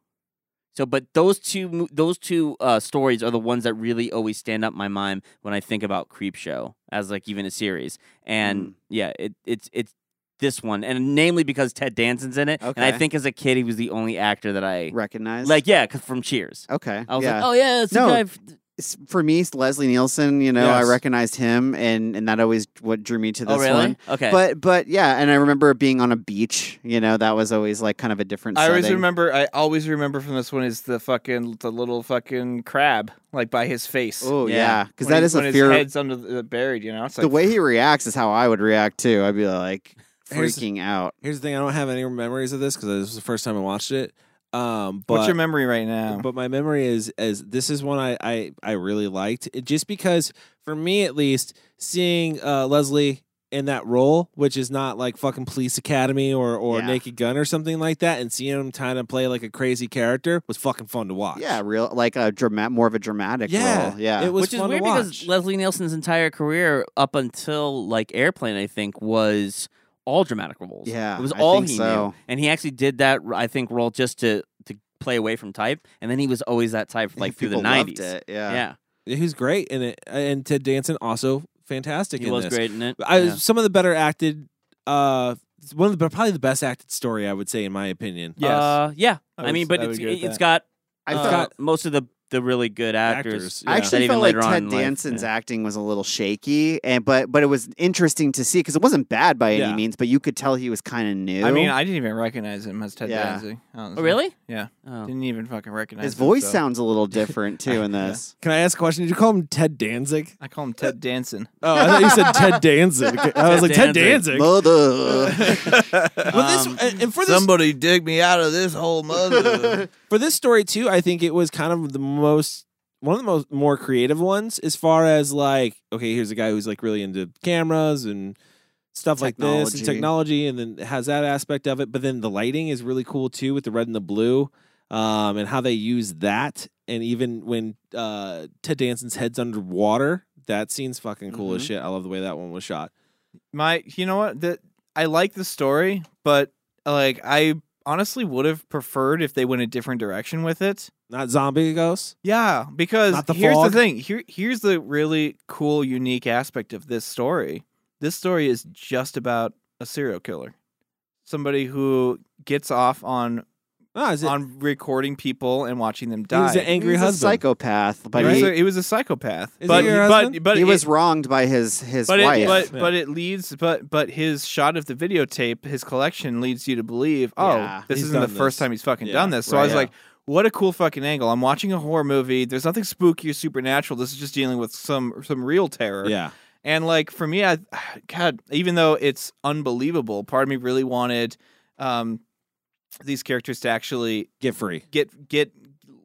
So, but those two mo- those two uh, stories are the ones that really always stand up in my mind when I think about Creepshow as like even a series. And
Mm.
yeah, it, it's it's this one, and namely because Ted Danson's in it, and I
Okay.
think as a kid he was the only actor that I
Recognized?
like. Yeah, 'cause from Cheers,
okay.
I was
yeah.
like, oh yeah, it's
No.
the guy. f-
S- For me, it's Leslie Nielsen, you know, I
Yes.
recognized him, and, and that always what drew me to this
Oh really?
one.
Okay,
But but yeah, and I remember being on a beach. You know, that was always like kind of a different.
I always
setting.
remember. I always remember from this one is the fucking the little fucking crab like by his face.
Oh
Yeah.
yeah, because
When
that
his-
is a
when
fear.
His head's under the, buried, you know. It's
the
like,
way he reacts is how I would react too. I'd be like
Here's-
freaking out.
Here's the thing: I don't have any memories of this because this was the first time I watched it. Um, but
What's your memory right now?
but my memory is as this is one I I, I really liked it, just because for me at least seeing uh, Leslie in that role, which is not like fucking Police Academy or or
Yeah.
Naked Gun or something like that, and seeing him kind of play like a crazy character was fucking fun to watch.
Yeah, real like a dramatic, more of a dramatic
Yeah,
role. Yeah,
it was
which is
fun to
weird
watch.
because Leslie Nielsen's entire career up until like Airplane, I think, was all dramatic roles.
Yeah,
it was
I
all
think
he
so.
knew, and he actually did that. I think role just to to play away from type, and then he was always that type like through the
People loved
nineties.
it, yeah.
yeah,
Yeah, He was great in it, and Ted Danson also fantastic.
he
in
was
this.
great in it.
I,
yeah.
Some of the better acted, uh, one of the probably the best acted story I would say in my opinion.
Yes.
Uh, yeah.
I
I,
would-
mean, but
I would
it's
agree with
it's got
that.
I
uh,
thought-
most of the the really good actors.
Actors, yeah.
I
that
actually
even
felt like
later on
Ted
in life,
Danson's
yeah.
acting was a little shaky, and but but it was interesting to see because it wasn't bad by any
Yeah.
means, but you could tell he was kind of new.
I mean, I didn't even recognize him as Ted
Yeah.
Danson.
Oh,
honestly.
really?
Yeah.
Oh.
Didn't even fucking recognize
his
him,
voice
so-
sounds a little different too in this.
Can I ask a question? Did you call him Ted Danzig?
I call him Ted Danson.
Oh, I thought you said Ted Danzig. I was
Ted
like Ted Danzig.
Danzig.
Mother,
Well, this and- and for this
dig me out of this whole mother.
for this story too, I think it was kind of the most one of the most more creative ones as far as like okay, here's a guy who's like really into cameras and stuff like this and technology, and then has that aspect of it. But then the lighting is really cool too with the red and the blue, um, and how they use that. And even when uh, Ted Danson's head's underwater, that scene's fucking cool as
Mhm.
shit. I love the way that one was shot.
My, you know what? That I like the story, but like I honestly would have preferred if they went a different direction with it.
Not zombie ghosts.
Yeah, because
Not the
here's
fog?
the thing. Here, here's the really cool, unique aspect of this story. This story is just about a serial killer, somebody who gets off on
Ah, is it,
on recording people and watching them
he
die.
was an angry
He's a
husband.
psychopath, but
He was
he,
a, he was a psychopath.
Is
but
he your
but
husband?
but
he
it-
was wronged by his his
but
wife.
It, but
Yeah.
but it leads but but his shot of the videotape, his collection leads you to believe, oh,
Yeah.
this
He's
isn't the
done
first
this.
time he's fucking
Yeah,
done this. So I
right.
was
Yeah.
like, what a cool fucking angle. I'm watching a horror movie. There's nothing spooky or supernatural. This is just dealing with some some real terror.
yeah.
And like for me, I God, even though it's unbelievable, part of me really wanted um these characters to actually
Get free.
get get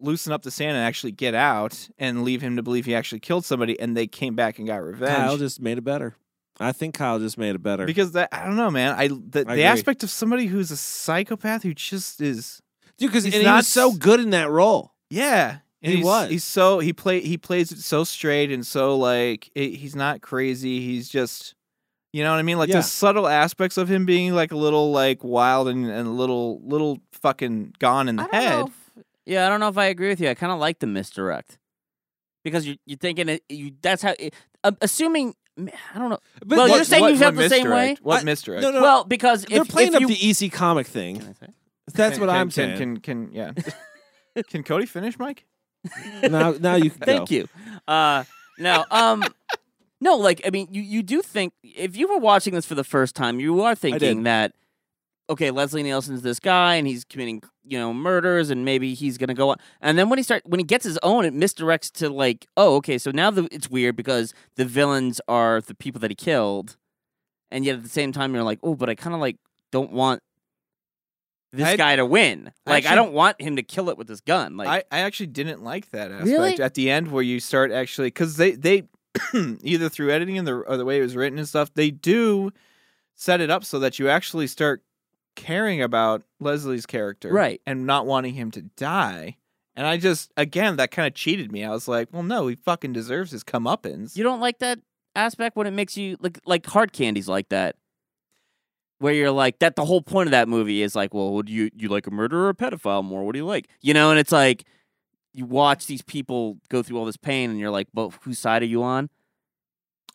loosen up the sand and actually get out and leave him to believe he actually killed somebody and they came back and got revenge.
Kyle just made it better. I think Kyle just made it better.
Because that I don't know, man. I the, the
agree.
aspect of somebody who's a psychopath who just is
Dude, because
He's
he
not
was so
s-
good in that role.
yeah. And
He
he's,
was.
He's so he play he plays it so straight and so like it, he's not crazy. He's just you know what I mean? Like
Yeah.
the subtle aspects of him being like a little like wild and, and a little little fucking gone in the
I don't
head.
know if- yeah, I don't know if I agree with you. I kind of like the misdirect because you you're thinking it, you that's how. It, um, assuming I don't know.
But
Well,
what-
you're saying
what,
you felt
what
the same way?
misdirect? What
I-
misdirect?
no, no,
Well, because
they're
if,
playing
if
up
you,
the EC comic thing.
Can I say?
That's
Can-
what
can-
I'm
can,
saying.
Can can yeah. can Cody finish, Mike?
now, now you can
Thank
go.
you. Uh, no, um, no, like I mean, you you do think if you were watching this for the first time, you are thinking that okay, Leslie Nielsen's this guy, and he's committing you know murders, and maybe he's gonna go on. And then when he start when he gets his own, it misdirects to like, oh, okay, so now the, it's weird because the villains are the people that he killed, and yet at the same time you're like, oh, but I kind of like don't want. This
I-
guy to win,
I
like I
actually-
don't want him to kill it with his gun. Like
I, I actually didn't like that aspect
Really?
at the end where you start actually because they they either through editing and the or the way it was written and stuff they do set it up so that you actually start caring about Leslie's character
Right.
and not wanting him to die. And I just again that kind of cheated me. I was like, well, no, he fucking deserves his comeuppance.
You don't like that aspect when it makes you like like hard candies like that, where you're like that. The whole point of that movie is like, well, would you you like a murderer or a pedophile more? What do you like? You know, and it's like you watch these people go through all this pain, and you're like, but whose side are you on?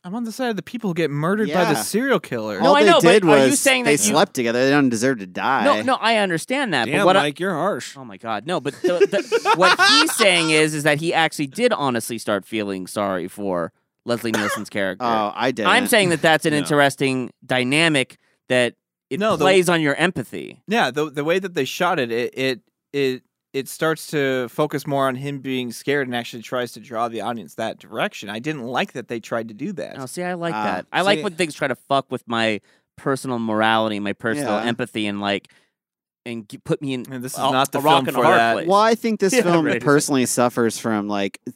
I'm on the side of the people who get murdered by the
Yeah.
serial killer.
No,
all
Oh, I
they
know, but
did
are you
was
saying
they
that you-
slept together. They don't deserve to die.
No, no, I understand that,
Damn,
but what I,
Mike, you're harsh.
oh my god, no, but the, the, what he's saying is is that he actually did honestly start feeling sorry for Leslie Nielsen's character.
Oh, I did.
I'm saying that that's an
No.
interesting dynamic that it
No, the-
plays on your empathy.
Yeah, the the way that they shot it, it it it it starts to focus more on him being scared and actually tries to draw the audience that direction. I didn't like that they tried to do that.
Oh, see, I like
Ah.
that. I like
See-
when things try to fuck with my personal morality, my personal
Yeah.
empathy, and like, and g- put me in.
And this is
a-
not the
a rock
film
and a
for
hard
that.
place.
Well, I think this
Yeah,
film
right.
personally suffers from like th-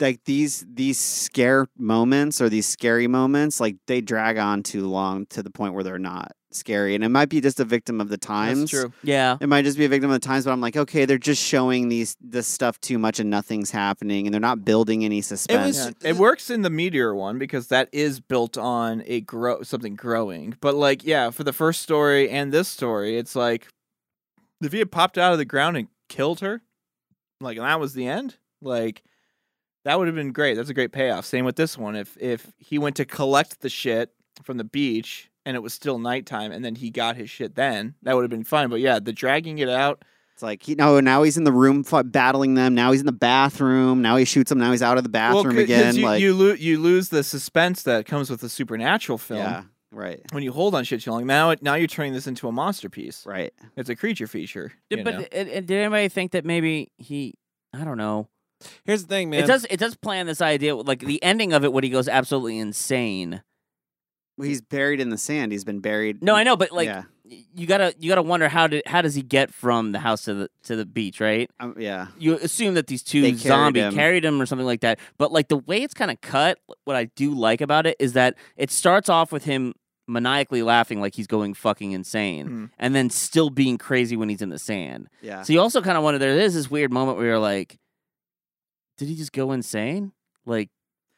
like these these scare moments or these scary moments like they drag on too long to the point where they're not scary and it might be just a victim of the times
That's true.
yeah
it might just be a victim of the times but i'm like okay they're just showing these this stuff too much and nothing's happening and they're not building any suspense
it, was, yeah. it works in the meteor one because that is built on a grow something growing but like yeah for the first story and this story it's like if he had popped out of the ground and killed her like and that was the end like that would have been great. That's a great payoff. Same with this one. If if he went to collect the shit from the beach and it was still nighttime, and then he got his shit, then that would have been fine. But yeah, the dragging it out.
It's like he, no, now he's in the room fought, battling them. Now he's in the bathroom. Now he shoots them. Now he's out of the bathroom
well,
again.
You,
like
you, lo- you lose the suspense that comes with a supernatural film.
Yeah, right.
When you hold on shit too long, now now you're turning this into a monster piece.
Right.
It's a creature feature.
Did, but
know?
did anybody think that maybe he? I don't know.
Here's the thing, man.
It does it does plan this idea like the ending of it when he goes absolutely insane.
Well, he's buried in the sand. He's been buried.
No, I know, but like yeah. you gotta you gotta wonder how did how does he get from the house to the to the beach, right?
Um, yeah.
You assume that these two they zombie carried him. carried him or something like that. But like the way it's kind of cut, what I do like about it is that it starts off with him maniacally laughing like he's going fucking insane mm. and then still being crazy when he's in the sand.
Yeah.
So you also kind of wonder there is this weird moment where you're like did he just go insane? Like,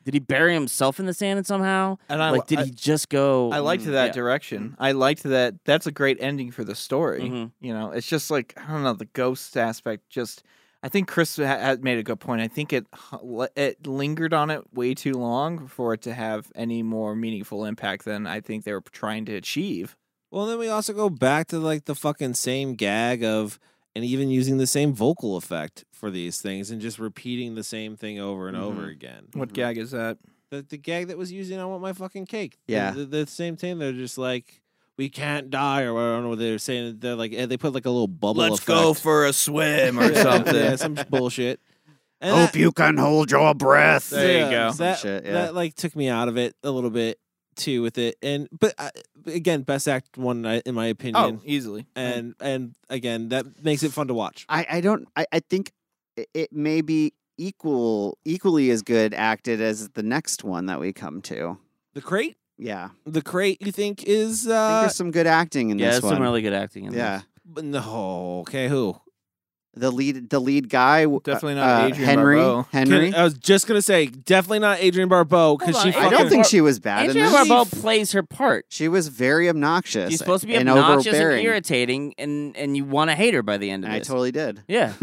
did he bury himself in the sand somehow? And I, like, did I, he just go?
I liked mm, that yeah. direction. I liked that. That's a great ending for the story. Mm-hmm. You know, it's just like I don't know the ghost aspect. Just I think Chris had made a good point. I think it it lingered on it way too long for it to have any more meaningful impact than I think they were trying to achieve.
Well, then we also go back to like the fucking same gag of and even using the same vocal effect for these things and just repeating the same thing over and mm-hmm. over again.
What mm-hmm. gag is that?
The, the gag that was using I want my fucking cake.
Yeah.
The, the, the same thing. They're just like, we can't die, or I don't know what they're saying. They're like, eh, they put like a little bubble
Let's
effect.
go for a swim or something.
yeah, some bullshit.
And Hope that, you can hold your breath.
There yeah, you go.
That, shit, yeah. that like took me out of it a little bit too with it and but uh, again best act one in my opinion
oh, easily
and right. and again that makes it fun to watch
i i don't i, I think it may be equal equally as good acted as the next one that we come to
the crate
yeah
the crate you think is uh
think there's some good acting in
yeah,
this one
some really good acting in
yeah Oh,
this. no okay who
the lead the lead guy
definitely not
uh,
Adrian
Henry
Barbeau.
Henry
uh,
I was just gonna say definitely not Adrian Barbeau because she
I don't think she was bad
Adrian
in this.
Barbeau plays her part
she was very obnoxious
she's supposed to be
and
obnoxious
overbearing.
and irritating and and you want to hate her by the end of
and
this
I totally did
yeah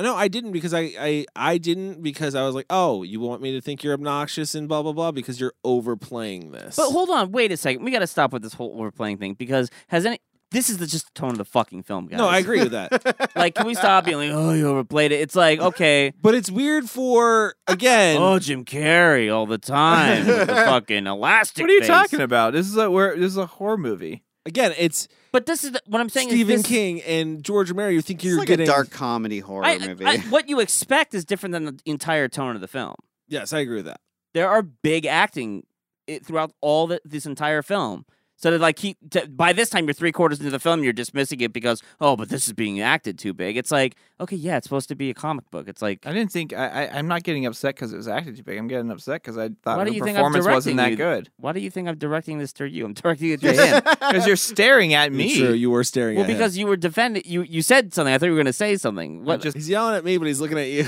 no I didn't because I, I I didn't because I was like oh you want me to think you're obnoxious and blah blah blah because you're overplaying this
but hold on wait a second we got to stop with this whole overplaying thing because has any this is the, just the tone of the fucking film, guys.
No, I agree with that.
like, can we stop being like, oh, you overplayed it? It's like, okay.
But it's weird for, again.
oh, Jim Carrey all the time with the fucking elastic.
What are you
face.
talking about? This is a where this is a horror movie.
Again, it's
but this is the, what I'm saying.
Stephen
is this,
King and George Miller. You think
it's
you're
like
getting
a dark comedy horror
I,
movie?
I, I, what you expect is different than the entire tone of the film.
Yes, I agree with that.
There are big acting eh, throughout all the, this entire film. So that like he to, by this time you're three quarters into the film, you're dismissing it because oh, but this is being acted too big. It's like okay, yeah, it's supposed to be a comic book. It's like
I didn't think I, I am not getting upset because it was acted too big. I'm getting upset because I thought the performance wasn't that
you?
good.
Why do you think I'm directing this to you? I'm directing it to him
because you're staring at me.
It's true, you were staring.
Well,
at
because
him.
you were defending. You you said something. I thought you were going to say something. What?
Just, he's yelling at me, but he's looking at you.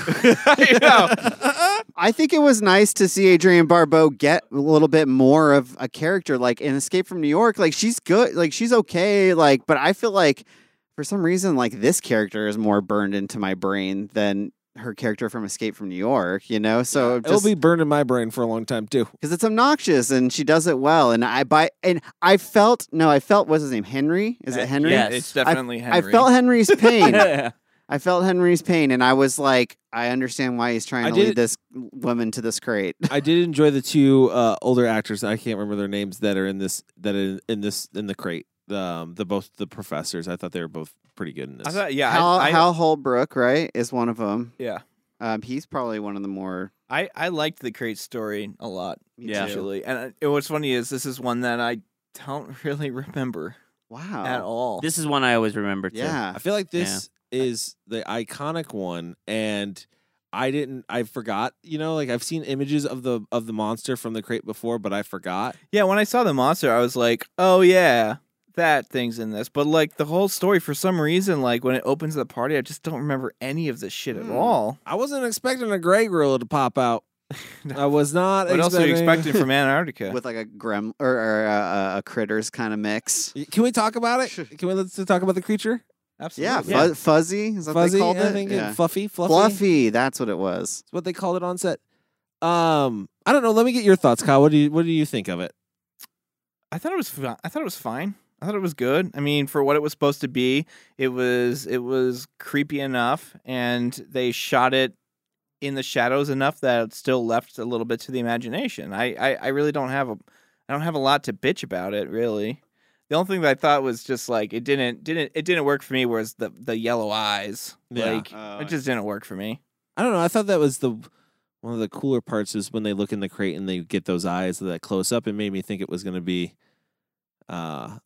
I,
I think it was nice to see Adrian Barbeau get a little bit more of a character, like in Escape from New York. Like she's good. Like she's okay. Like, but I feel like for some reason, like this character is more burned into my brain than her character from Escape from New York. You know, so
it'll just, be burned in my brain for a long time too
because it's obnoxious and she does it well. And I by and I felt no, I felt what's his name Henry? Is it Henry?
Uh, Yeah, it's definitely
I,
Henry.
I felt Henry's pain. yeah. I felt Henry's pain, and I was like, I understand why he's trying I to did, lead this woman to this crate.
I did enjoy the two uh, older actors. I can't remember their names that are in this that in, in this in the crate. Um, the both the professors. I thought they were both pretty good in this.
I thought, yeah,
Hal,
I, I,
Hal Holbrook, right, is one of them.
Yeah,
um, he's probably one of the more.
I I liked the crate story a lot. Yeah, actually, and uh, it, what's funny is this is one that I don't really remember.
Wow,
at all.
This is one I always remember. Too.
Yeah,
I feel like this. Yeah is the iconic one and I didn't I forgot, you know, like I've seen images of the of the monster from the crate before, but I forgot.
Yeah, when I saw the monster, I was like, "Oh yeah, that thing's in this." But like the whole story for some reason like when it opens the party, I just don't remember any of this shit at
Hmm.
all.
I wasn't expecting a gray gorilla to pop out. I was not
What else are you expecting from Antarctica?
with like a grem or, or uh, a, a critters kind of mix.
Can we talk about it? Can we let's talk about the creature?
Yeah,
Absolutely.
fu- fuzzy. Is that what
Fuzzy,
they called
I
it?
think it-
Yeah.
fluffy, fluffy.
Fluffy, That's what it was.
That's what they called it on set. Um, I don't know. Let me get your thoughts, Kyle. What do you what do you think of it?
I thought it was fi- I thought it was fine. I thought it was good. I mean, for what it was supposed to be, it was it was creepy enough and they shot it in the shadows enough that it still left a little bit to the imagination. I I, I really don't have a I don't have a lot to bitch about it really. The only thing that I thought was just like it didn't didn't it didn't work for me was the the yellow eyes.
Yeah. Uh,
Like
Oh, I
it just didn't work for me.
I don't know. I thought that was the one of the cooler parts is when they look in the crate and they get those eyes that close up. It made me think it was going to be uh,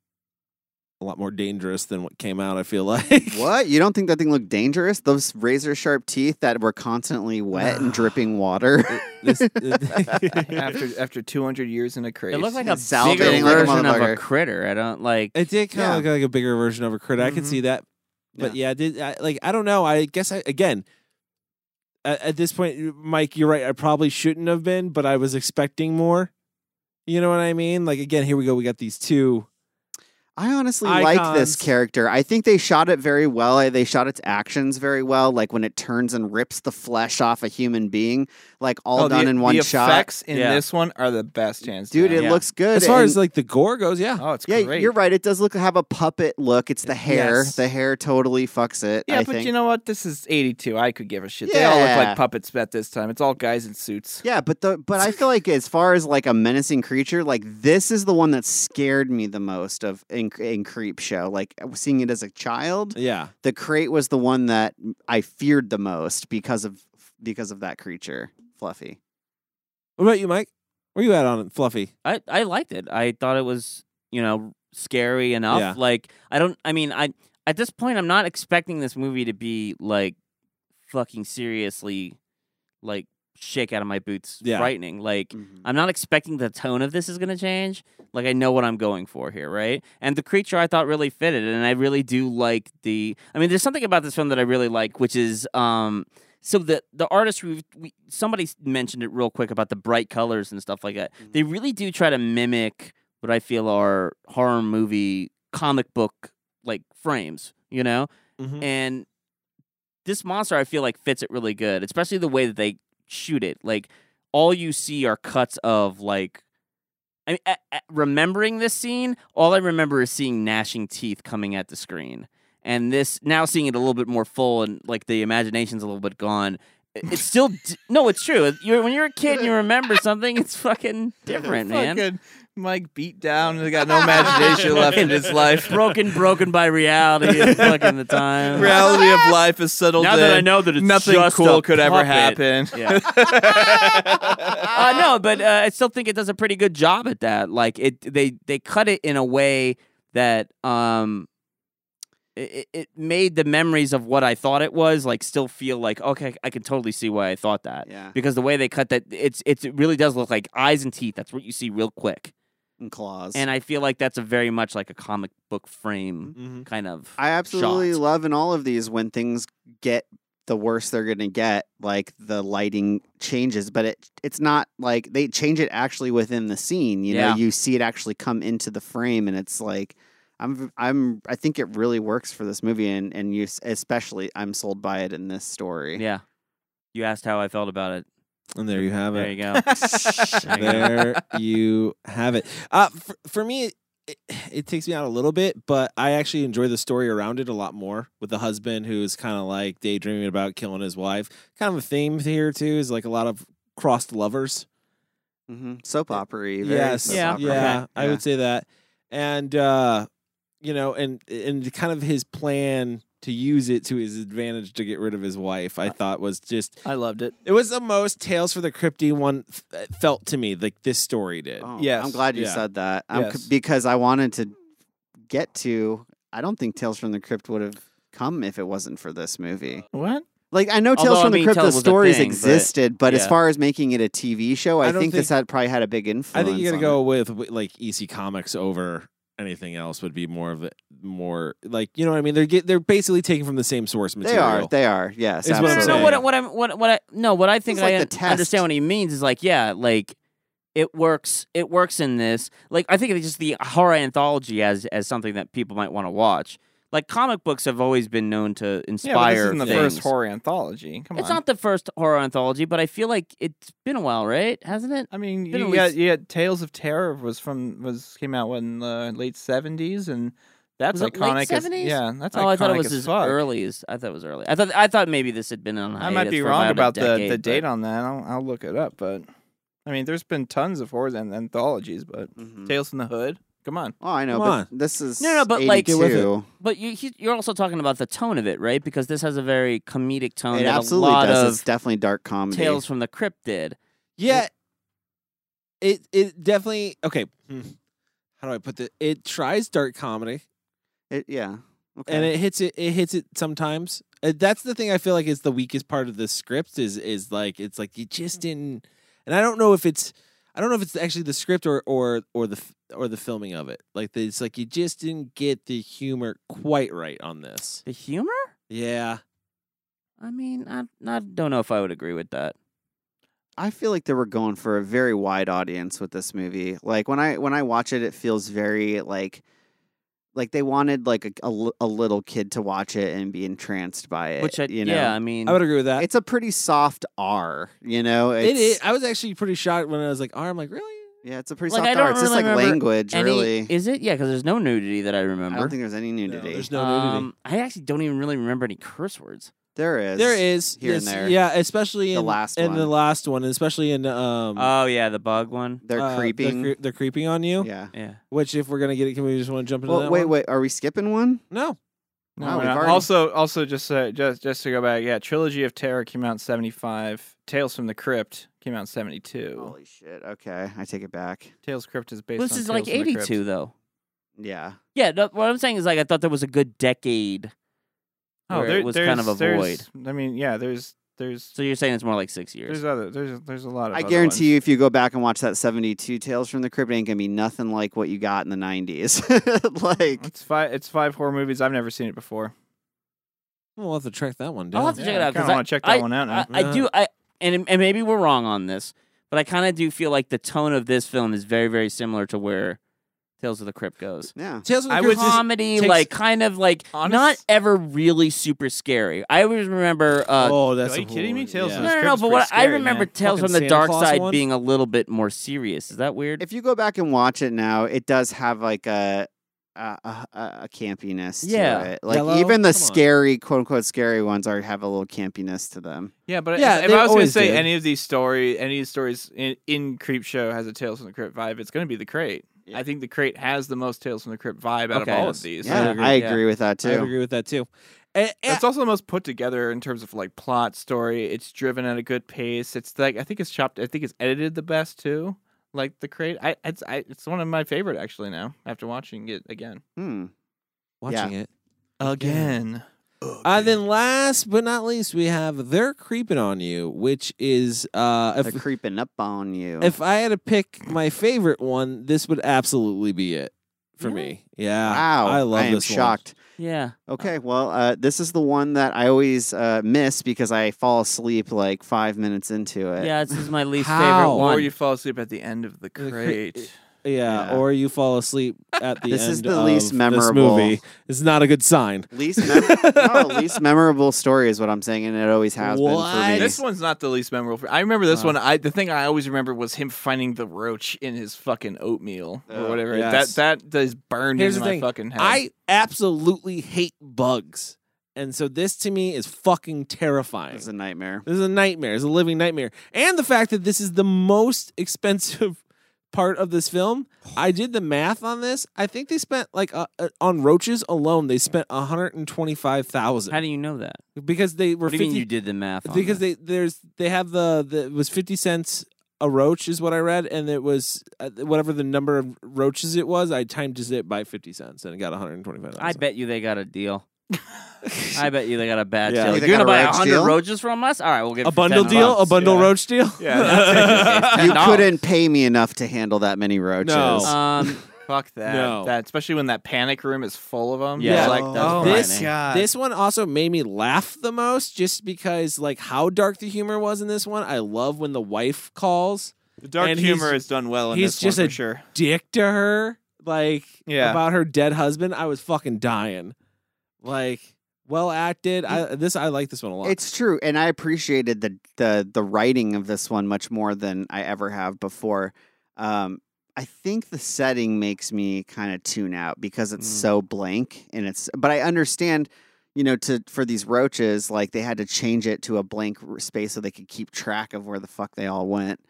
a lot more dangerous than what came out. I feel like
What? You don't think that thing looked dangerous? Those razor sharp teeth that were constantly wet and dripping water.
This-
after after 200 years in a crate.
It looks like a
It's salivating
bigger
like a
version of a
motherfucker.
critter. I don't like.
it did kind of
Yeah. Mm-hmm.
look like a bigger version of a critter. I could
Mhm.
see that, but yeah, I did I, like I don't know. I guess I, again. At, at this point, Mike, you're right. I probably shouldn't have been, but I was expecting more. You know what I mean? Like again, here we go. We got these two.
I honestly like this
Icons.
character. I think they shot it very well. I- They shot its actions very well. Like when it turns and rips the flesh off a human being, like all
Oh, the-
done in one
the
shot.
effects in
Yeah.
this one are the best hands
Dude,
down.
it
Yeah.
looks good.
As far
and-
as like the gore goes, yeah.
Oh, it's
yeah,
great.
you're right. It does look have a puppet look. It's the hair.
Yes.
The hair totally fucks it.
Yeah,
I
but
think.
you know what? This is '82. I could give a shit. They all look
Yeah.
like puppets at this time. It's all guys in suits.
Yeah, but the but I feel like as far as like a menacing creature, like this is the one that scared me the most of in, in Creep Show. Like seeing it as a child,
Yeah.
the crate was the one that I feared the most because of because of that creature, Fluffy.
What about you, Mike? Where you at on it, Fluffy?
I, I liked it. I thought it was, you know, scary enough.
Yeah.
Like I don't I mean, I at this point I'm not expecting this movie to be like fucking seriously like shake out of my boots
Yeah.
frightening. Like
Mm-hmm.
I'm not expecting the tone of this is going to change. Like I know what I'm going for here, right? And the creature I thought really fitted, and I really do like the. I mean, there's something about this film that I really like, which is um. So the the artist we, we somebody s- mentioned it real quick about the bright colors and stuff like that. They really do try to mimic what I feel are horror movie comic book like frames, you know.
Mhm.
And this monster I feel like fits it really good, especially the way that they shoot it. Like all you see are cuts of like I mean, a- a- remembering this scene, all I remember is seeing gnashing teeth coming at the screen. And this now seeing it a little bit more full and like the imagination's a little bit gone. i- It's still d- no, it's true. You're, when you're a kid and you remember something, it's fucking different, man.
Fucking Mike beat down and got no imagination left in his life.
Broken, broken by reality. and fucking the time.
Reality of life is settled.
Now that I
in.
know that it's
nothing
just
cool
a
could ever
puppet.
happen.
Yeah. uh, no, but uh, I still think it does a pretty good job at that. Like it, they they cut it in a way that um, it, it made the memories of what I thought it was like still feel like okay, I can totally see why I thought that.
Yeah.
Because the way they cut that, it's it's it really does look like eyes and teeth. That's what you see real quick.
And claws.
And I feel like that's a very much like a comic book frame
Mm-hmm.
Mhm.
Mm-hmm.
kind of.
I absolutely
shot.
love in all of these when things get the worse they're going to get, like the lighting changes, but it it's not like they change it actually within the scene. You
Yeah.
know, you see it actually come into the frame, and it's like I'm I'm I think it really works for this movie, and and you s- especially I'm sold by it in this story.
Yeah. You asked how I felt about it.
And there you have
There
it.
you go. There you go.
There you have it. Uh, for, for me, it, it takes me out a little bit, but I actually enjoy the story around it a lot more with the husband who's kind of like daydreaming about killing his wife. Kind of a theme here too is like a lot of crossed lovers.
hmm soap opery. very
Mm-hmm. Yes.
soap
Yeah.
opera.
Yeah. I
Yeah.
would say that. And uh, you know, and and kind of his plan to use it to his advantage to get rid of his wife, I thought was just
I loved it.
it was the most Tales for the Crypty one f- felt to me, like this story did.
Oh,
Yes.
I'm glad you
Yeah.
said that. I'm c-
Yes.
because I wanted to get to. I don't think Tales from the Crypt would have come if it wasn't for this movie.
What?
Like I know Tales
Although, I
from the
mean,
Crypt
Tales was a
stories
thing, but-
existed, but, as
yeah.
far as making it a TV show, I,
I
think,
don't
this
think-
had probably had a big
I
influence.
think you got to
on
go with with, like EC Comics over anything else would be more of the more like you know what I mean. They're get, they're basically taking from the same source
it.
material.
They are. They are. Yes.
Is what I'm
No, no,
absolutely.
no. What, I- what I what what I no. What I think
It's like
I
the
un-
test.
understand what he means is like yeah, like it works. It works in this. Like I think it's just the horror anthology as as something that people might want to watch. Like comic books have always been known to
Yeah, but this
inspire.
isn't the
things.
first horror anthology. Come
It's
on.
not the first horror anthology, but I feel like it's been a while, right? Hasn't it?
I mean,
Been
you
at
got,
least-
you got Tales of Terror was from was came out in the late seventies, and that's
Was it
iconic.
late
as,
70s?
yeah, that's
oh,
iconic
I thought it was
as
as
fuck.
early as I thought it was early. I thought I thought maybe this had been on.
I might
hiatus
be
for about
wrong
a
about the,
decade,
the
but-
date on that. I'll, I'll look it up, but I mean, there's been tons of horror and anthologies, but
Mm-hmm.
Tales from the Hood. Come on,
Mm-hmm. Oh, I know.
Come
But this is
No, no, but like,
82.
but you, he, you're also talking about the tone of it, right? Because this has a very comedic tone.
It
that
absolutely
a lot
does.
Of
It's definitely dark comedy.
Tales from the Crypt did.
Yeah. It it definitely okay. hmm. How do I put this? It tries dark comedy
It- yeah. Okay.
and it hits it. It hits it sometimes. Uh, That's the thing I feel like is the weakest part of the script is is like it's like you just
Mm-hmm.
didn't. And I don't know if it's I don't know if it's actually the script or or or the f- or the filming of it. Like it's like you just didn't get the humor quite right on this.
The humor?
Yeah.
I mean, I, I don't know if I would agree with that.
I feel like they were going for a very wide audience with this movie. Like when I when I watch it, it feels very like like they wanted like a, a li- a little kid to watch it and be entranced by it.
Which I,
Eh, you know,
yeah, I mean,
I would agree with that.
it's a pretty soft R. You know, it's,
It is. I was actually pretty shocked when I was like, "R." I'm like, really?
Yeah, it's a pretty
like
soft
I don't
R. It's just
really
like
remember
language,
any-
really.
Is it? Yeah, because there's no nudity that I remember.
I don't think there's any nudity.
there's no nudity.
Um, I actually don't even really remember any curse words.
there is.
There is
here and
Yes,
there.
Yeah, especially
The
in
last
in the
one. Uh,
last one, especially in um.
Oh yeah, the bug one.
They're
uh,
creeping.
They're, cre- they're creeping on you.
yeah.
Yeah.
Which, if we're gonna get it, can we just want to jump into
Well,
that?
wait,
one?
wait. Are we skipping one?
No.
No,
Wow,
we're
we've
not.
already-
Also, also just uh, just just to go back, yeah, Trilogy of Terror came out in seventy five. Tales from the Crypt came out in seventy two.
Holy shit. Okay, I take it back.
Tales Crypt is based.
Well,
on
this is
Tales
like
from the Crypt.
82 though.
Yeah.
Yeah, no, what I'm saying is like I thought there was a good decade.
Oh,
where
there,
it was kind of a
there's- there's- I mean, yeah, there's there's
So you're saying it's more like six years.
there's other there's there's a lot of.
I
other
guarantee
ones.
you, if you go back and watch that 72 Tales from the Crypt, it ain't gonna be nothing like what you got in the 90s. like,
It's five. It's five horror movies. I've never seen it before.
We'll have to track that one down.
I'll have to check
Yeah,
it
I
out. 'cause
kinda wanna check that
I-
one out now.
I, I do. I and and maybe we're wrong on this, but I kind of do feel like the tone of this film is very very similar to where Tales of the Crypt goes.
yeah.
Tales of the
I
Crypt
would just-
Comedy,
takes-
like kind of like
Honest-
not ever really super scary. I always remember. Uh,
oh, that's
Are you
a
kidding me?
horror-
Oh, Tales
yeah.
of
no,
the
no, no.
Crypt's
But
pretty
what I
scary,
remember
man.
Tales
Fucking
from the
Santa
Dark
Claus
Side
one?
being a little bit more serious. Is that weird?
If you go back and watch it now, it does have like a a, a, a campiness
Yeah.
to it. Like
Yellow?
even the
Come on.
scary, quote unquote, scary ones are have a little campiness to them.
Yeah, but
Yeah,
if- if
they
I was gonna
always
say
did.
any of these story, any of these stories in, in Creep Show has a Tales from the Crypt vibe, it's gonna be the Crate. I think the Crate has the most Tales from the Crypt vibe out
Okay.
of all
Yes.
of these.
Yeah, I agree,
agree.
with that
I would
too.
agree with that too. And- and-
It's also the most put together in terms of like plot story. It's driven at a good pace. It's like I think it's chopped. I think it's edited the best too. Like the Crate, I it's I, it's one of my favorite actually now after watching it again.
Hmm.
watching it.
Again.
Uh, then last but not least, we have They're Creeping on You, which is uh
They're
if,
creeping up on you.
if I had to pick my favorite one, this would absolutely be it for me. Yeah.
wow,
I love
I am
this one.
shocked.
yeah.
Okay, well, uh, this is the one that I always uh, miss because I fall asleep like five minutes into it.
Yeah, this is my least
How?
favorite one.
Or you fall asleep at the end of the
Cra-
Crate.
Yeah,
Yeah.
or you fall asleep at the
This
end
is the
of
least
This
memorable.
movie It's not a good sign.
Least mem- no, least memorable story is what I'm saying, and it always has
What?
been for me.
This one's not the least memorable. for- I remember this one. I the thing I always remember was him finding the roach in his fucking oatmeal
Ugh,
or whatever.
yes.
That that is burned
Oh, Here's
into
the
my
thing.
fucking head.
I absolutely hate bugs. And so this to me is fucking terrifying.
It's a nightmare.
This is a nightmare. It's a living nightmare. And the fact that this is the most expensive part of this film, I did the math on this. I think they spent like uh, uh, on roaches alone, they spent one hundred and twenty-five
How
thousand
do you know that?
because they were
What do you mean
50
you did the math? on
because
that?
they there's they have the, the it was fifty cents a roach is what I read, and it was uh, whatever the number of roaches it was. I timed it by fifty cents, and it got one hundred and twenty-five.
I bet you they got a deal. I bet you they got a bad deal. You're gonna buy hundred roaches from us? All right, we'll give
a bundle deal.
Bucks.
A bundle roach deal.
Yeah, you couldn't pay me enough to handle that many roaches.
No.
Oh,
Um, Fuck that. No. That especially when that panic room is full of them.
Yeah,
It's
like
Like,
that's
oh,
this
frightening.
God.
this one also made me laugh the most, just because like how dark the humor was in this one. I love when the wife calls.
the dark
and
humor
he's-
is done well in
he's
this
just
one
a
for sure.
dick to her, like
Yeah.
about her dead husband. I was fucking dying. Like well acted. I this I like this one a lot.
It's true, and I appreciated the the the writing of this one much more than I ever have before. Um, I think the setting makes me kind of tune out because it's
Mm.
so blank, and it's. But I understand, you know, to for these roaches, like they had to change it to a blank r- space so they could keep track of where the fuck they all went.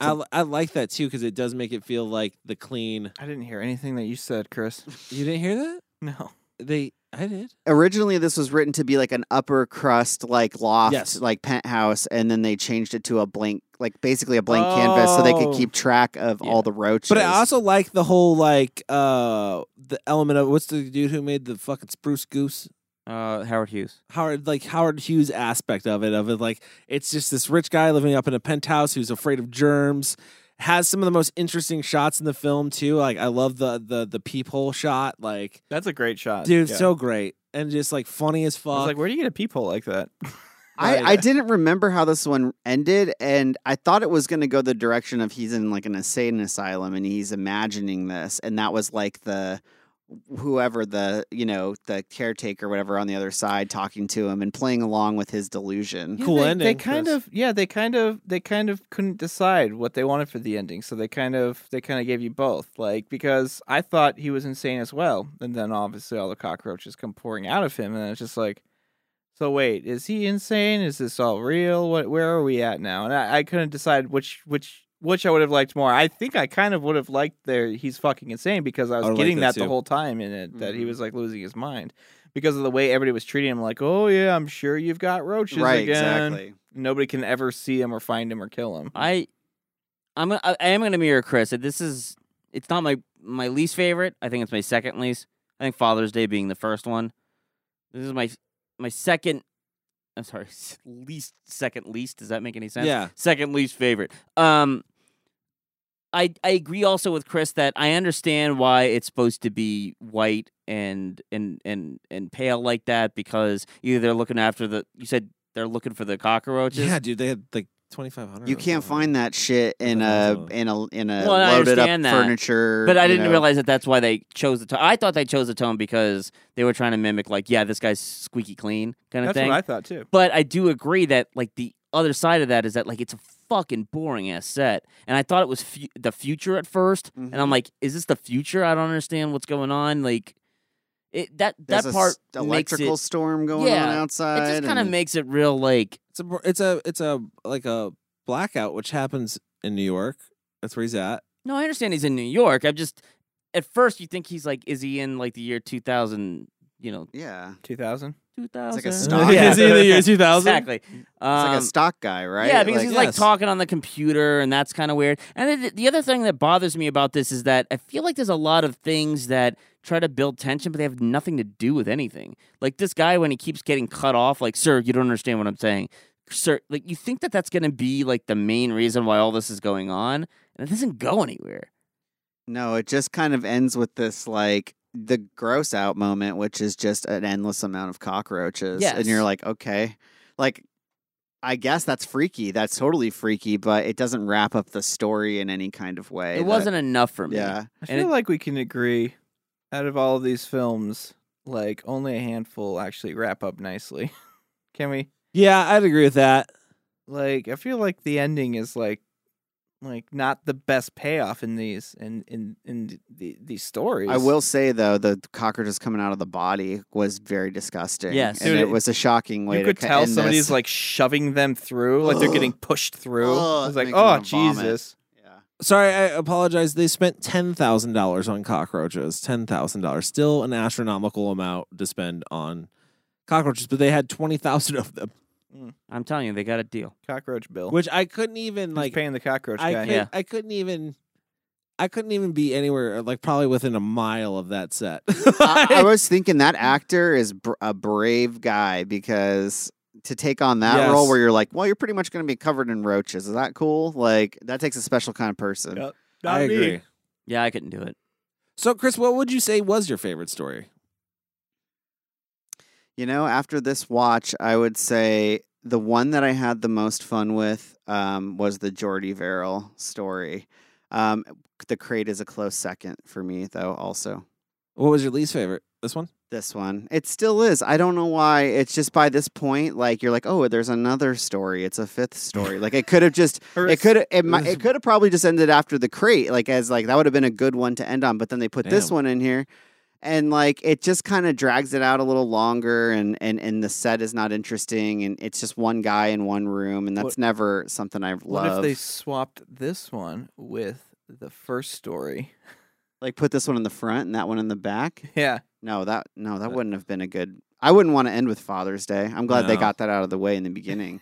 I, I like that too because it does make it feel like the clean.
I didn't hear anything that you said, Chris.
You didn't hear that?
No.
They I did.
Originally, this was written to be like an upper crust, like loft,
Yes.
like penthouse, and then they changed it to a blank, like basically a blank canvas, so they
Oh.
could keep track of all the roaches.
But I also like the whole like uh the element of what's the dude who made the fucking spruce goose
Uh, Howard Hughes.
Howard like Howard Hughes aspect of it of it like it's just this rich guy living up in a penthouse who's afraid of germs has some of the most interesting shots in the film too like I love the the the peephole shot like
That's a great shot,
dude
Yeah.
so great and just like funny as
I was
fuck
like, where do you get a peephole like that?
I,
Right.
I didn't remember how this one ended, and I thought it was going to go the direction of he's in like an insane asylum and he's imagining this, and that was like the whoever the you know the caretaker whatever on the other side talking to him and playing along with his delusion.
Cool
they, They
ending,
kind
Chris.
of yeah, they kind of they kind of couldn't decide what they wanted for the ending, so they kind of they kind of gave you both. Like because I thought he was insane as well, and then obviously all the cockroaches come pouring out of him, and it's just like, so wait, is he insane? Is this all real? What where are we at now? And I, I couldn't decide which which. Which I would have liked more. I think I kind of would have liked their he's fucking insane because I was
I would like
getting
that
that the
too. Mm-hmm.
whole time in it that he was like losing his mind because of the way everybody was treating him. Like, oh yeah, I'm sure you've got roaches
Right,
again.
exactly.
Nobody can ever see him or find him or kill him.
I, I'm gonna- I I am gonna mirror Chris. This is it's not my my least favorite. I think it's my second least. I think Father's Day being the first one. This is my my second. I'm sorry, s- least second least. Does that make any sense?
Yeah.
Second least favorite. Um, I I agree also with Chris that I understand why it's supposed to be white and and and and pale like that because either they're looking after the you said they're looking for the cockroaches.
yeah dude they had like 2500
You can't find that shit in a
That's
in a in a
Well, I
loaded up
understand that,
furniture.
But I
you
didn't
know.
realize that that's why they chose the tone. I thought they chose the tone because they were trying to mimic, like, yeah, this guy's squeaky clean kind of
That's
thing.
what I thought too.
But I do agree that, like, the other side of that is that, like, it's a fucking boring ass set. And I thought it was fu- the future at 1st And
Mm-hmm.
I'm like, is this the future? I don't understand what's going on. Like, it that
There's
that
a
part
st- electrical
makes
storm
it,
going
yeah,
on outside.
It just kind of
and-
makes it real, like,
it's a it's a it's a like a blackout which happens in New York that's where he's at
No, I understand he's in New York. I'm just at first you think he's like, is he in like the year 2000? You know,
yeah. It's
Two thousand.
2000.
like a stock.
Yeah. Is he in the year 2000?
Exactly.
like a
Um,
stock guy, right?
Yeah, because he's like
yes.
talking on the computer, and that's kind of weird. And then the- the other thing that bothers me about this is that I feel like there's a lot of things that try to build tension, but they have nothing to do with anything. Like this guy, when he keeps getting cut off, like, sir, you don't understand what I'm saying. Sir, like, you think that that's going to be like the main reason why all this is going on, and it doesn't go anywhere.
No, it just kind of ends with this like the gross out moment, which is just an endless amount of cockroaches. And
Yes.
you're like, okay. Like, I guess that's freaky. That's totally freaky, but it doesn't wrap up the story in any kind of way.
It
that-
wasn't enough for me.
Yeah.
I
And
feel
it-
like we can agree, out of all of these films, like only a handful actually wrap up nicely. can we?
yeah I'd agree with that
Like, I feel like the ending is like, like not the best payoff in these in in in the these stories.
I will say though, the cockroaches coming out of the body was very disgusting.
Yes.
and
Dude,
it was a shocking way
You
to
could
ca-
tell
end this.
somebody's like shoving them through, like they're getting pushed through.
Ugh,
it's
it
like,
makes me
oh
wanna vomit."
Jesus!
Yeah.
Sorry, I apologize. They spent ten thousand dollars on cockroaches. Ten thousand dollars, still an astronomical amount to spend on cockroaches, but they had twenty thousand of them,
I'm telling you, they got a deal.
Cockroach Bill.
which I couldn't even
Who's
like.
paying the cockroach
I
guy?
could,
Yeah.
I couldn't even. I couldn't even be anywhere, like probably within a mile of that set.
I, I, was thinking that actor is br- a brave guy because to take on that yes. role where you're like, well, you're pretty much going to be covered in roaches. Is that cool? Like that takes a special kind of person. Yep.
I me. agree.
Yeah, I couldn't do it.
So, Chris, what would you say was your favorite story?
You know, after this watch, I would say the one that I had the most fun with um, was the Jordy Verrill story. Um, the crate is a close second for me, though. Also,
what was your least favorite? This one.
This one. It still is. I don't know why. It's just by this point, like you're like, oh, there's another story. It's a fifth story. like it could have just. it could. It, it might. It could have probably just ended after the crate. Like as like that would have been a good one to end on. But then they put Damn. this one in here and like it just kind of drags it out a little longer and and and the set is not interesting and it's just one guy in one room and that's what, never something i've loved
what if they swapped this one with the first story
like put this one in the front and that one in the back
yeah
no that no that wouldn't have been a good i wouldn't want to end with father's day i'm glad no. they got that out of the way in the beginning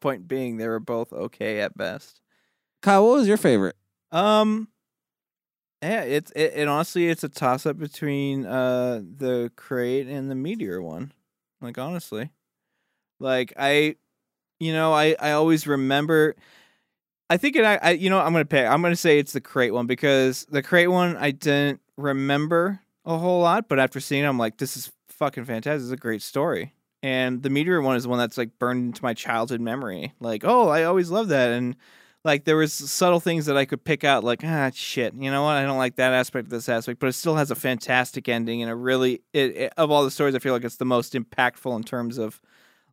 point being they were both okay at best
kyle what was your favorite
um yeah, it's it, it, honestly it's a toss up between uh the crate and the meteor one. Like honestly. Like I you know, I I always remember I think it I, I you know, I'm going to pick I'm going to say it's the crate one because the crate one I didn't remember a whole lot, but after seeing it I'm like this is fucking fantastic. This is a great story. And the meteor one is one that's like burned into my childhood memory. Like, oh, I always loved that and like there was subtle things that I could pick out, like ah shit, you know what? I don't like that aspect of this aspect, but it still has a fantastic ending and a really it, it, of all the stories, I feel like it's the most impactful in terms of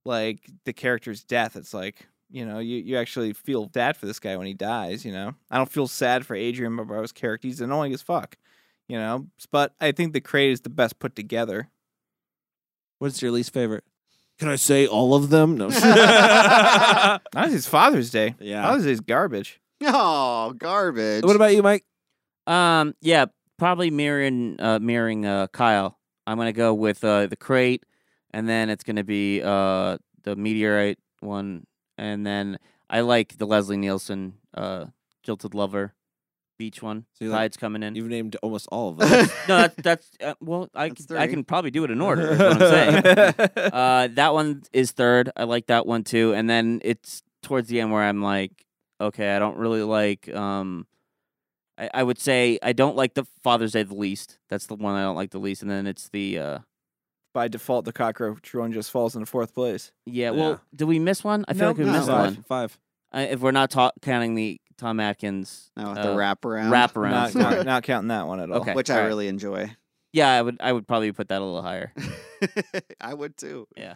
like the character's death. It's like you know you you actually feel bad for this guy when he dies. You know, I don't feel sad for Adrian Barbeau's character; he's annoying as fuck. You know, but I think the crate is the best put together.
What's your least favorite? Can I say all of them? No.
Not his Father's Day. Yeah. Father's Day's garbage.
Oh, garbage.
What about you, Mike?
Um, yeah, probably mirroring uh, mirroring uh, Kyle. I'm gonna go with uh, the crate, and then it's gonna be uh, the meteorite one, and then I like the Leslie Nielsen uh, jilted lover beach one. So Tide's like, coming in.
You've named almost all of them.
no, that's, that's uh, well, I that's can, I can probably do it in order. is what I'm saying. uh, that one is third. I like that one too. And then it's towards the end where I'm like, okay, I don't really like. Um, I, I would say I don't like the Father's Day the least. That's the one I don't like the least. And then it's the. Uh,
by default, the cockroach one just falls into fourth place.
Yeah. Well, yeah. did we miss one? I feel nope, like we missed
five,
one.
Five.
Uh, if we're not ta- counting the Tom Atkins.
Oh, uh, the wraparound.
Wraparound.
Not, not, not, counting that one at all.
Okay, which all I right. really enjoy.
Yeah, I would. I would probably put that a little higher.
I would too.
Yeah.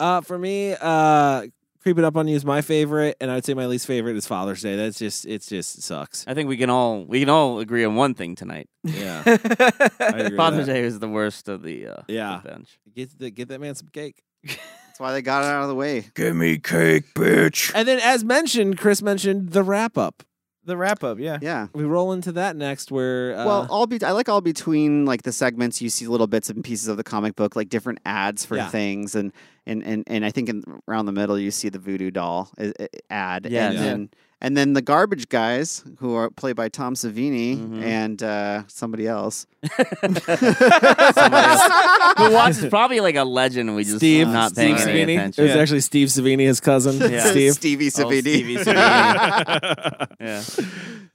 Uh, for me, uh, creeping up on you is my favorite, and I would say my least favorite is Father's Day. That's just it. Just sucks.
I think we can all we can all agree on one thing tonight.
Yeah.
Father's Day is the worst of the uh,
yeah
the bench.
Get the, get that man some cake.
That's why they got it out of the way.
Give me cake, bitch.
And then, as mentioned, Chris mentioned the wrap up.
The wrap up, yeah,
yeah.
We roll into that next, where uh,
well, all be I like all between like the segments. You see little bits and pieces of the comic book, like different ads for yeah. things, and and and and I think in, around the middle you see the voodoo doll uh, ad,
yeah,
and
yeah.
then and then the garbage guys who are played by Tom Savini mm-hmm. and uh, somebody else.
who watches probably like a legend. We just
Steve,
not
Steve
paying
Savini.
attention. Oh,
It was actually Steve Savini, his cousin. Yeah. Steve.
Stevie Savini.
Stevie Savini. yeah.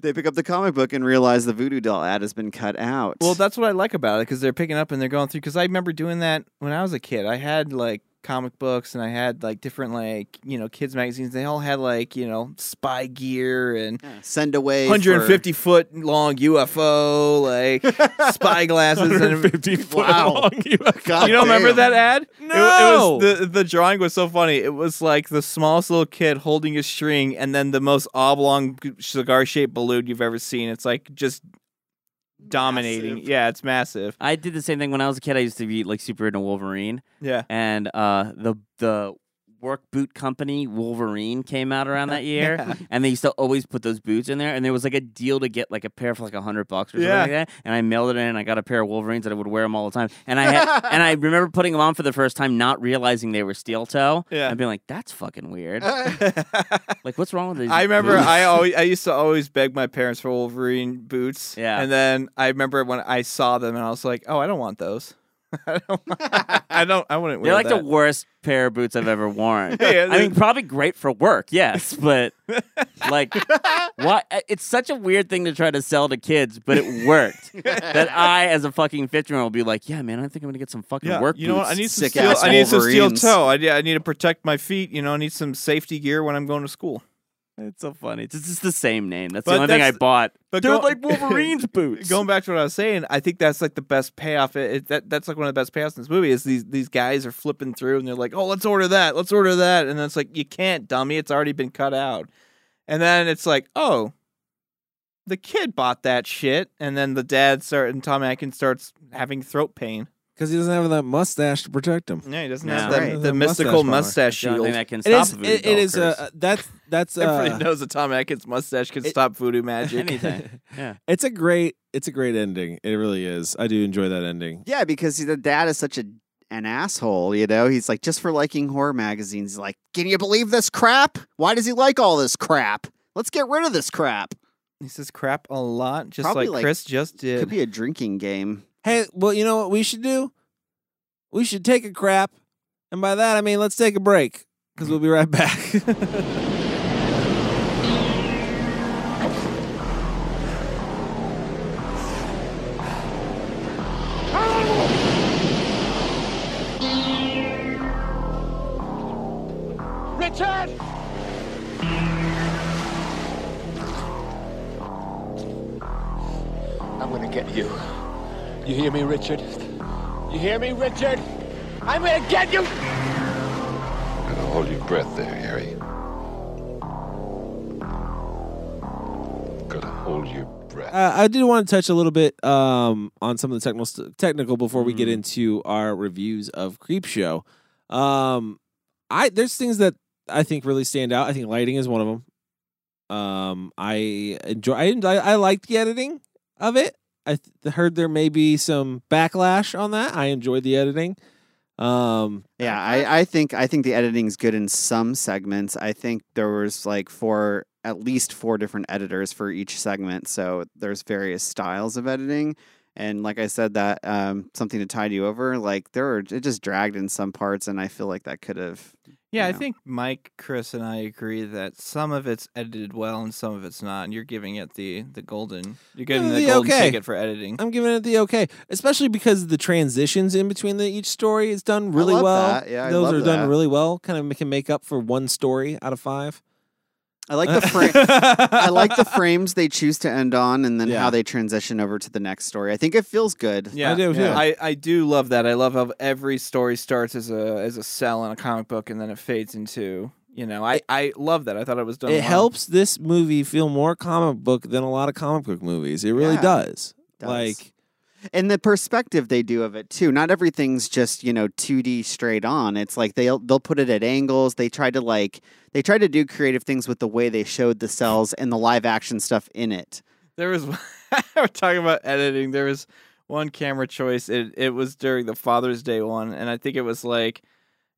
They pick up the comic book and realize the voodoo doll ad has been cut out.
Well, that's what I like about it because they're picking up and they're going through. Because I remember doing that when I was a kid. I had like comic books and I had like different like you know kids magazines. They all had like you know spy gear and yeah.
send away
150 for... foot long UFO like spy glasses
150 and... foot wow. long UFO.
God you don't damn. remember that ad?
No.
It, it was, the the drawing was so funny. It was like the smallest little kid holding a string and then the most oblong cigar shaped balloon you've ever seen. It's like just dominating. Massive. Yeah, it's massive.
I did the same thing when I was a kid. I used to be like super into Wolverine.
Yeah,
and uh, the the work boot company Wolverine came out around that year, yeah. and they used to always put those boots in there. And there was like a deal to get like a pair for like a hundred bucks or something
Yeah.
like that. And I mailed it in, and I got a pair of Wolverines that I would wear them all the time. And I had, and I remember putting them on for the first time, not realizing they were steel toe,
Yeah.
and being like, "That's fucking weird. like, what's wrong with these?"
I remember
boots?"
I always, I used to always beg my parents for Wolverine boots.
Yeah.
And then I remember when I saw them and I was like, oh, I don't want those. I don't. I don't. I wouldn't wear.
They're like
that.
the worst pair of boots I've ever worn.
Yeah,
I mean,
they're-
probably great for work, yes, but like, what? It's such a weird thing to try to sell to kids, but it worked. that I, as a fucking fifteen-year-old, will be like, "Yeah, man, I think I'm gonna get some fucking
Yeah,
work
you know what?
boots."
I need some
sick
steel.
ass
I need some steel
Wolverines.
toe. I, I need to protect my feet. You know, I need some safety gear when I'm going to school.
It's so funny. It's just the same name. That's the
But
only thing I
that's-
bought.
but
They're
go-
like Wolverine's boots.
Going back to what I was saying, I think that's like the best payoff. It, it- that that's like one of the best payoffs in this movie is these these guys are flipping through and they're like, oh, let's order that, let's order that, and then it's like you can't, dummy, it's already been cut out. And then it's like, oh, the kid bought that shit, and then the dad start and Tom Atkins starts having throat pain.
because he doesn't have that mustache to protect him.
Yeah, he doesn't
Yeah.
have
That's
that,
right.
the
Doesn't have a
mystical
mustache
mustache
the only
shield.
thing that can
It
stop
is.
voodoo
It, it is.
doll
Uh,
curse.
uh, that's that's. Uh,
Everybody knows that Tom Atkins' mustache can
it-
stop voodoo magic.
anything. Yeah.
It's a great. It's a great ending. It really is. I do enjoy that ending.
Yeah, because the dad is such a an asshole, you know. He's like just for liking horror magazines. He's like, can you believe this crap? Why does he like all this crap? Let's get rid of this crap.
He says crap a lot, just
Probably
like,
like-
Chris just did.
Could be a drinking game.
Hey, well, you know what we should do? We should take a crap, and by that I mean let's take a break because we'll be right back.
Richard!
I'm gonna get you. You hear me, Richard?
You hear me, Richard? I'm gonna get you!
Gotta hold your breath there, Harry. Gotta hold your breath.
Uh, I did want to touch a little bit um, on some of the technical st- technical before we get into our reviews of Creepshow. Um, I there's things that I think really stand out. I think lighting is one of them. Um, I enjoy. I I, I liked the editing of it. I th- heard there may be some backlash on that. I enjoyed the editing. Um,
Yeah, I, I think I think the editing's good in some segments. I think there was like four at least four different editors for each segment, so there's various styles of editing. And like I said, that um, something to tide you over, like there were it just dragged in some parts, and I feel like that could have
Yeah,
you
I
know.
think Mike, Chris, and I agree that some of it's edited well and some of it's not. And you're giving it the the golden. You're getting the,
The
golden
okay.
ticket for editing.
I'm giving it the okay, especially because the transitions in between the, each story is done really
love
well.
that. Yeah, I
those
love
are done
that.
really well. Kind of can make up for one story out of five.
I like the frame. I like the frames they choose to end on, and then
Yeah.
how they transition over to the next story. I think it feels good.
Yeah,
I do, too.
I, I do love that. I love how every story starts as a as a cell in a comic book and then it fades into you know. I I love that. I thought it was done.
It
well.
helps this movie feel more comic book than a lot of comic book movies. It really
Yeah,
does.
does.
Like,
and the perspective they do of it too. Not everything's just you know 2D straight on. It's like they'll they'll put it at angles. They try to like they try to do creative things with the way they showed the cells and the live action stuff in it.
There was we're talking about editing. There was one camera choice. It it was during the Father's Day one, and I think it was like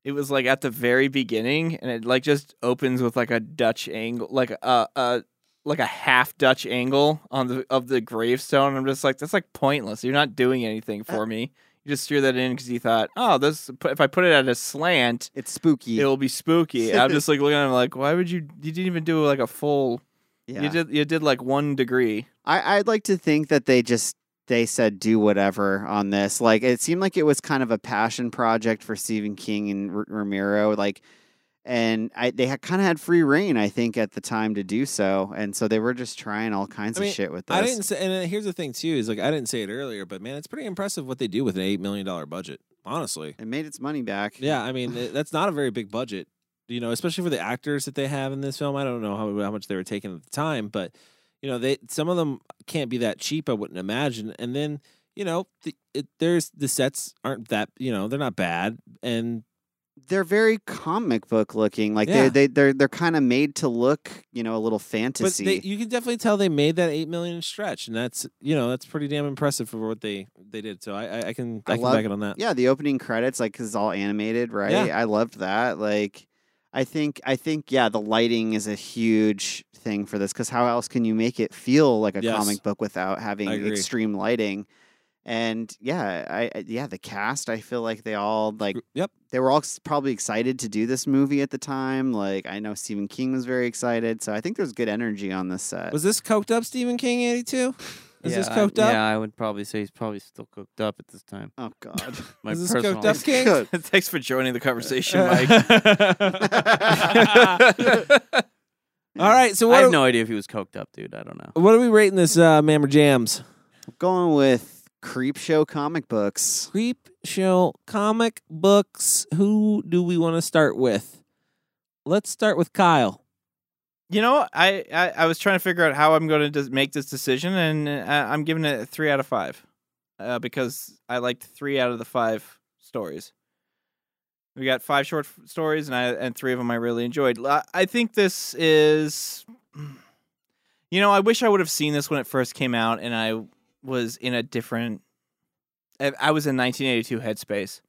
it was like at the very beginning, and it like just opens with like a Dutch angle, like a a like a half Dutch angle on the of the gravestone. I'm just like that's like pointless. You're not doing anything for me. You just threw that in because you thought, oh, this if I put it at a slant,
It's spooky.
it'll be spooky. I'm just like looking at him like, why would you? You didn't even do like a full.
Yeah.
You did you did like one degree.
I, I'd like to think that they just they said do whatever on this. Like it seemed like it was kind of a passion project for Stephen King and R- Ramiro. Like, and I they had kind of had free reign, I think, at the time to do so, and so they were just trying all kinds
I mean,
of shit with this.
I didn't say, and uh, here's the thing too is like, I didn't say it earlier, but man, it's pretty impressive what they do with an $8 million budget, honestly.
It made its money back.
Yeah, I mean, th- that's not a very big budget, you know, especially for the actors that they have in this film. I don't know how, how much they were taking at the time, but you know, they some of them can't be that cheap. I wouldn't imagine. And then you know, the, it, there's the sets aren't that you know they're not bad, and
they're very comic book looking. Like
Yeah.
they they they're they're kind of made to look, you know, a little
But
fantasy.
they, you can definitely tell they made that eight million stretch, and that's you know that's pretty damn impressive for what they they did. So I I, I can I, can
love-
back it on that.
Yeah, the opening credits like is all animated, right?
Yeah.
I loved that. Like I think I think yeah, the lighting is a huge thing for this cuz how else can you make it feel like a
Yes.
comic book without having
I agree.
extreme lighting? And yeah, I I- yeah, the cast, I feel like they all like
Yep.
they were all s- probably excited to do this movie at the time. Like I know Stephen King was very excited, so I think there's good energy on this set.
Was this coked up Stephen King eighty two? Is this
Yeah, I-
coked up?
Yeah, I would probably say he's probably still cooked up at this time.
Oh God,
My
Is this
personal-
coked up, King? Good.
Thanks for joining the conversation, Mike.
All right, so what
I
do-
have no idea if he was coked up, dude. I don't know.
What are we rating this uh, Mammer Jams?
Going with Creep Show comic books.
Creep Show comic books. Who do we want to start with? Let's start with Kyle.
You know, I, I I was trying to figure out how I'm going to make this decision, and uh, I'm giving it a three out of five uh, because I liked three out of the five stories. We got five short f- stories, and I and three of them I really enjoyed. L- I think this is, you know, I wish I would have seen this when it first came out, and I was in a different. I I was in 1982 headspace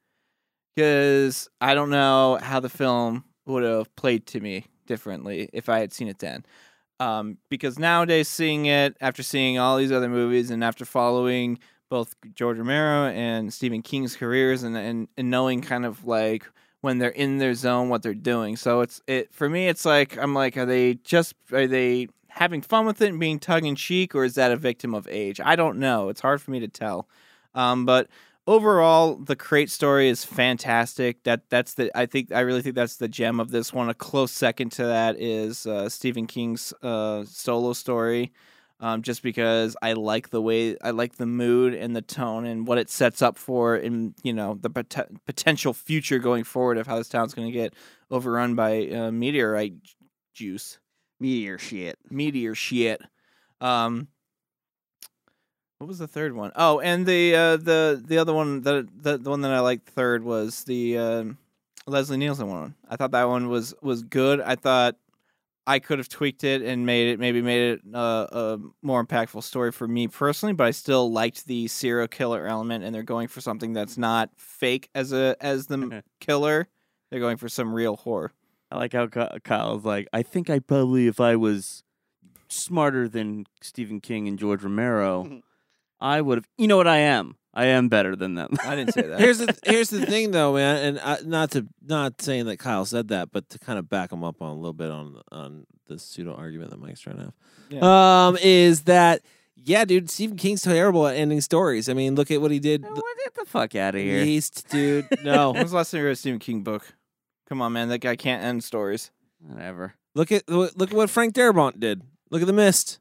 because I don't know how the film would have played to me differently if I had seen it then. Um, because nowadays, seeing it after seeing all these other movies and after following both George Romero and Stephen King's careers and, and, and knowing kind of like when they're in their zone what they're doing. So it's it for me it's like I'm like are they just are they having fun with it and being tongue in cheek or is that a victim of age? I don't know. It's hard for me to tell. Um, but overall, the crate story is fantastic. That that's the I think I really think that's the gem of this one. A close second to that is uh, Stephen King's uh, solo story. Um, just because I like the way I like the mood and the tone and what it sets up for, in you know the pot- potential future going forward of how this town's going to get overrun by uh, meteorite ju- juice,
meteor shit,
meteor shit. Um, what was the third one? Oh, and the uh, the the other one that the, the one that I liked third was the uh, Leslie Nielsen one. I thought that one was was good. I thought I could have tweaked it and made it maybe made it uh, a more impactful story for me personally, but I still liked the serial killer element, and they're going for something that's not fake as a as the killer. They're going for some real horror.
I like how Ky- Kyle's like, I think I probably, if I was smarter than Stephen King and George Romero, I would have. You know what I am? I am better than them.
I didn't say that.
Here's the here's the thing though, man, and I, not to not saying that Kyle said that, but to kind of back him up on a little bit on on the pseudo argument that Mike's trying to have. Um, is that yeah, dude? Stephen King's terrible at ending stories. I mean, look at what he did.
Get the fuck out of here.
Yeast, dude. No,
When's the last time you read a Stephen King book? Come on, man, that guy can't end stories.
Whatever.
Look at look at what Frank Darabont did. Look at the mist.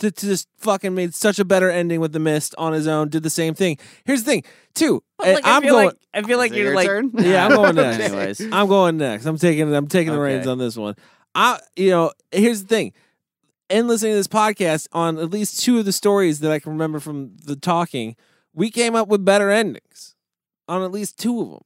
To, to just fucking made such a better ending with the mist on his own. Did the same thing. Here's the thing, too.
But, like, I
am
feel
going.
like- I feel like
Is it
you're
your
like-
turn?
yeah, I'm going
Okay.
next.
Anyways.
I'm going next. I'm taking. I'm taking the reins
Okay.
on this one. I, you know, here's the thing. In listening to this podcast, on at least two of the stories that I can remember from the talking, we came up with better endings on at least two of them.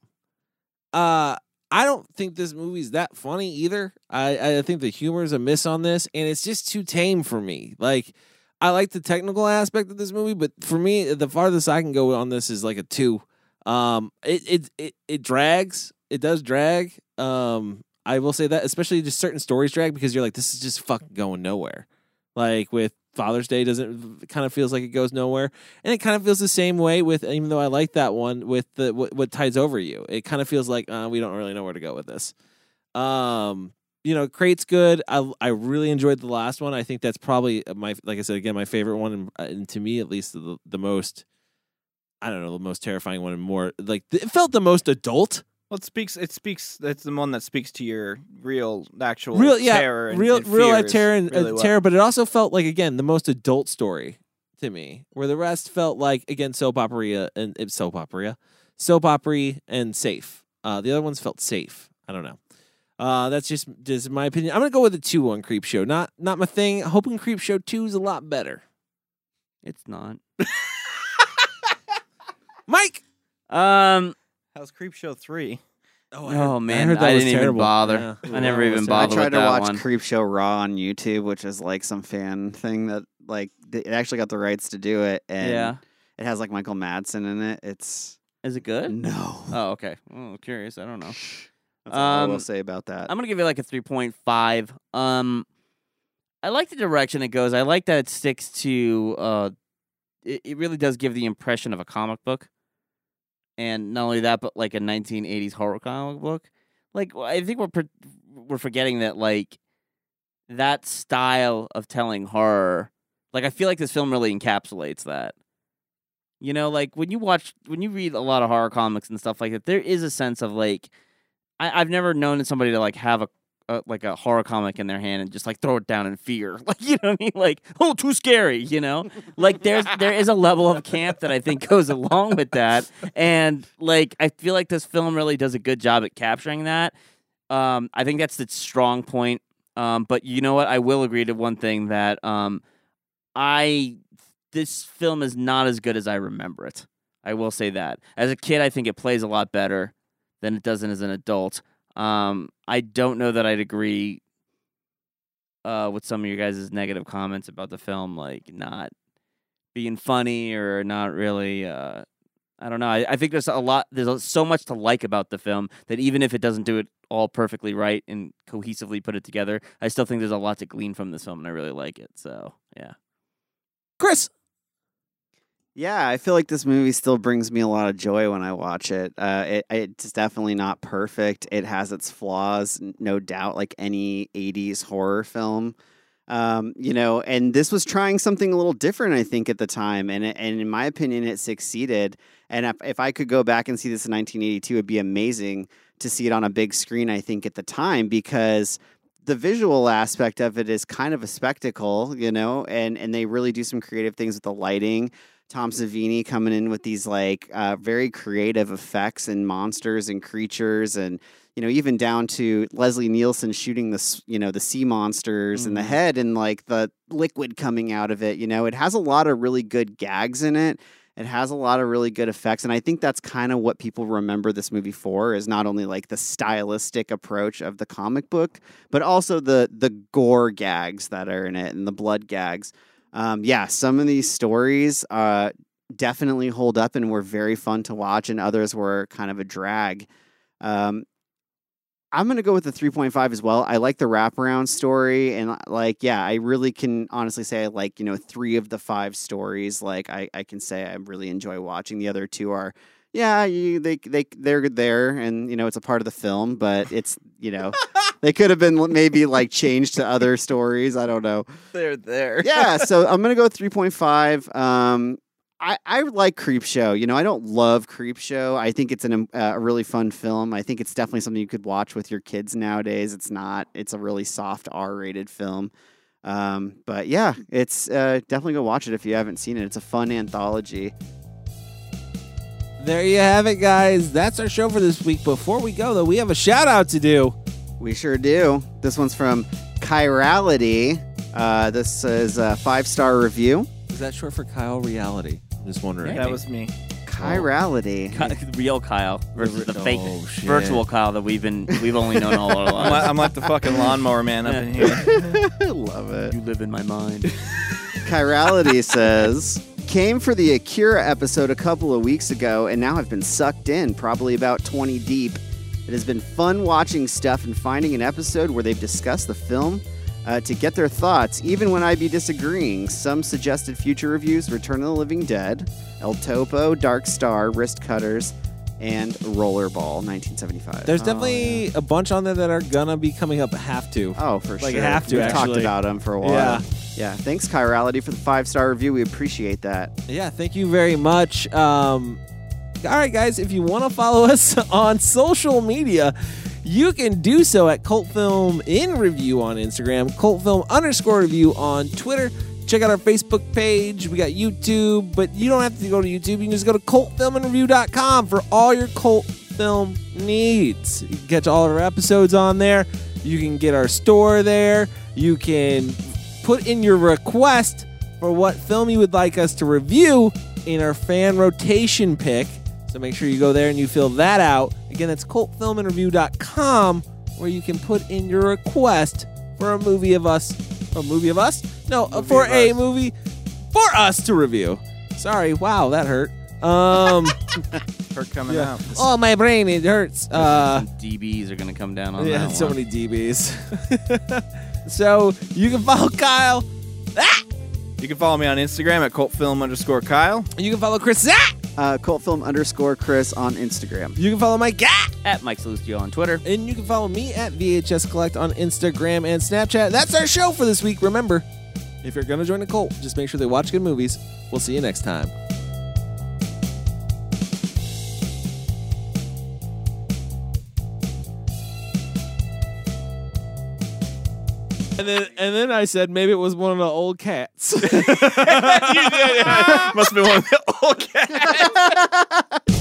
Uh, I don't think this movie's that funny either. I, I think the humor is a miss on this, and it's just too tame for me. Like, I like the technical aspect of this movie, but for me, the farthest I can go on this is like a two. Um, it it it, it drags. It does drag. Um, I will say that, especially just certain stories drag because you're like, this is just fucking going nowhere. Like with Father's Day, doesn't kind of feels like it goes nowhere, and it kind of feels the same way with even though I like that one with the what, what tides over you. It kind of feels like uh, we don't really know where to go with this. Um, you know, crate's good. I I really enjoyed the last one. I think that's probably my like I said again my favorite one, and, uh, and to me at least the, the most. I don't know the most terrifying one and more like it felt the most adult.
Well, it speaks. It speaks. It's the one that speaks to your real, actual,
real yeah
terror and,
real
and
real life
fears
terror and uh,
really well.
terror but it also felt like again the most adult story to me where the rest felt like again soap opera and uh, soap opera soap opera and safe uh the other ones felt safe i don't know uh that's just just my opinion i'm gonna go with a two on creep show not not my thing hoping creep show two is a lot better
It's not.
mike
Um,
How's Creep Show three?
Oh, I heard, oh man, I, heard that I didn't even terrible. bother. Yeah. I never yeah, even bothered.
I tried
to
watch
one.
Creepshow Raw on YouTube, which is like some fan thing that like it actually got the rights to do it, and yeah. it has like Michael Madsen in it. It's
is it good?
No.
Oh, okay. Oh, curious. I don't know.
That's um, all I will say about that.
I'm gonna give it like a 3.5. Um, I like the direction it goes. I like that it sticks to. Uh, it, it really does give the impression of a comic book and not only that, but like a 1980s horror comic book. Like I think we're per- we're forgetting that like that style of telling horror. Like I feel like this film really encapsulates that. You know, like when you watch when you read a lot of horror comics and stuff like that, there is a sense of like I- I've never known somebody to like have a uh, like a horror comic in their hand and just like throw it down in fear. Like you know what I mean? Like oh, too scary. You know, like there's there is a level of camp that I think goes along with that, and like I feel like this film really does a good job at capturing that. Um, I think that's its strong point. Um, but you know what? I will agree to one thing that um, I this film is not as good as I remember it. I will say that. As a kid, I think it plays a lot better than it doesn't as an adult. Um, I don't know that I'd agree uh, with some of your guys' negative comments about the film, like not being funny or not really. Uh, I don't know. I, I think there's a lot. There's so much to like about the film that even if it doesn't do it all perfectly right and cohesively put it together, I still think there's a lot to glean from this film, and I really like it. So yeah,
Chris.
Yeah, I feel like this movie still brings me a lot of joy when I watch it. Uh, it it's definitely not perfect. It has its flaws, no doubt, like any '80s horror film. Um, you know, and this was trying something a little different, I think, at the time, and it, and in my opinion, it succeeded. And if, if I could go back and see this in 1982, it'd be amazing to see it on a big screen. I think at the time because the visual aspect of it is kind of a spectacle, you know, and and they really do some creative things with the lighting. Tom Savini coming in with these like uh, very creative effects and monsters and creatures and you know even down to Leslie Nielsen shooting the you know the sea monsters mm-hmm. in the head and like the liquid coming out of it you know it has a lot of really good gags in it it has a lot of really good effects and I think that's kind of what people remember this movie for is not only like the stylistic approach of the comic book but also the the gore gags that are in it and the blood gags um, yeah, some of these stories uh, definitely hold up and were very fun to watch, and others were kind of a drag. Um, I'm going to go with the 3.5 as well. I like the wraparound story. And, uh, like, yeah, I really can honestly say I like, you know, three of the five stories. Like, I, I can say I really enjoy watching. The other two are, yeah, you, they, they, they're there and, you know, it's a part of the film, but it's, you know. they could have been maybe like changed to other stories. I don't know.
They're there.
yeah, so I'm gonna go 3.5. Um, I I like Creep Show. You know, I don't love Creep Show. I think it's an, uh, a really fun film. I think it's definitely something you could watch with your kids nowadays. It's not. It's a really soft R-rated film. Um, but yeah, it's uh, definitely go watch it if you haven't seen it. It's a fun anthology.
There you have it, guys. That's our show for this week. Before we go, though, we have a shout out to do.
We sure do. This one's from Chirality. Uh, this is a five star review.
Is that short for Kyle Reality? I'm just wondering.
Yeah, that was me.
Chirality.
Ky- real Kyle versus the fake oh, virtual Kyle that we've been we've only known all our lives.
I'm like the fucking lawnmower man up in here.
Love it.
You live in my mind.
Chirality says came for the Akira episode a couple of weeks ago and now I've been sucked in probably about 20 deep. It has been fun watching stuff and finding an episode where they've discussed the film uh, to get their thoughts, even when I be disagreeing. Some suggested future reviews Return of the Living Dead, El Topo, Dark Star, Wrist Cutters, and Rollerball 1975.
There's definitely oh, yeah. a bunch on there that are gonna be coming up. Have to.
Oh, for
like,
sure.
Have to.
We've
actually.
talked about them for a while. Yeah. Yeah. Thanks, Chirality, for the five star review. We appreciate that.
Yeah. Thank you very much. Um, all right, guys, if you want to follow us on social media, you can do so at Cult Film in Review on Instagram, Cult Film underscore review on Twitter. Check out our Facebook page. We got YouTube, but you don't have to go to YouTube. You can just go to cultfilmandreview.com for all your cult film needs. You can catch all of our episodes on there. You can get our store there. You can put in your request for what film you would like us to review in our fan rotation pick. So make sure you go there and you fill that out. Again, that's cultfilminterview.com where you can put in your request for a movie of us. A movie of us? No, uh, for a movie for us to review. Sorry, wow, that hurt. Um,
Her coming
yeah.
out.
Oh, my brain, it hurts. Uh,
DBs are gonna come down on
yeah,
that
so
one.
many DBs. so you can follow Kyle. Ah!
You can follow me on Instagram at cultfilm underscore Kyle.
You can follow Chris. Ah!
Uh, cultfilm underscore Chris on Instagram.
You can follow Mike ah!
At Mike Salustio on Twitter.
And you can follow me at VHS Collect on Instagram and Snapchat. That's our show for this week. Remember, if you're going to join a cult, just make sure they watch good movies. We'll see you next time. And then, and then I said maybe it was one of the old cats.
Must have been one of the old cats.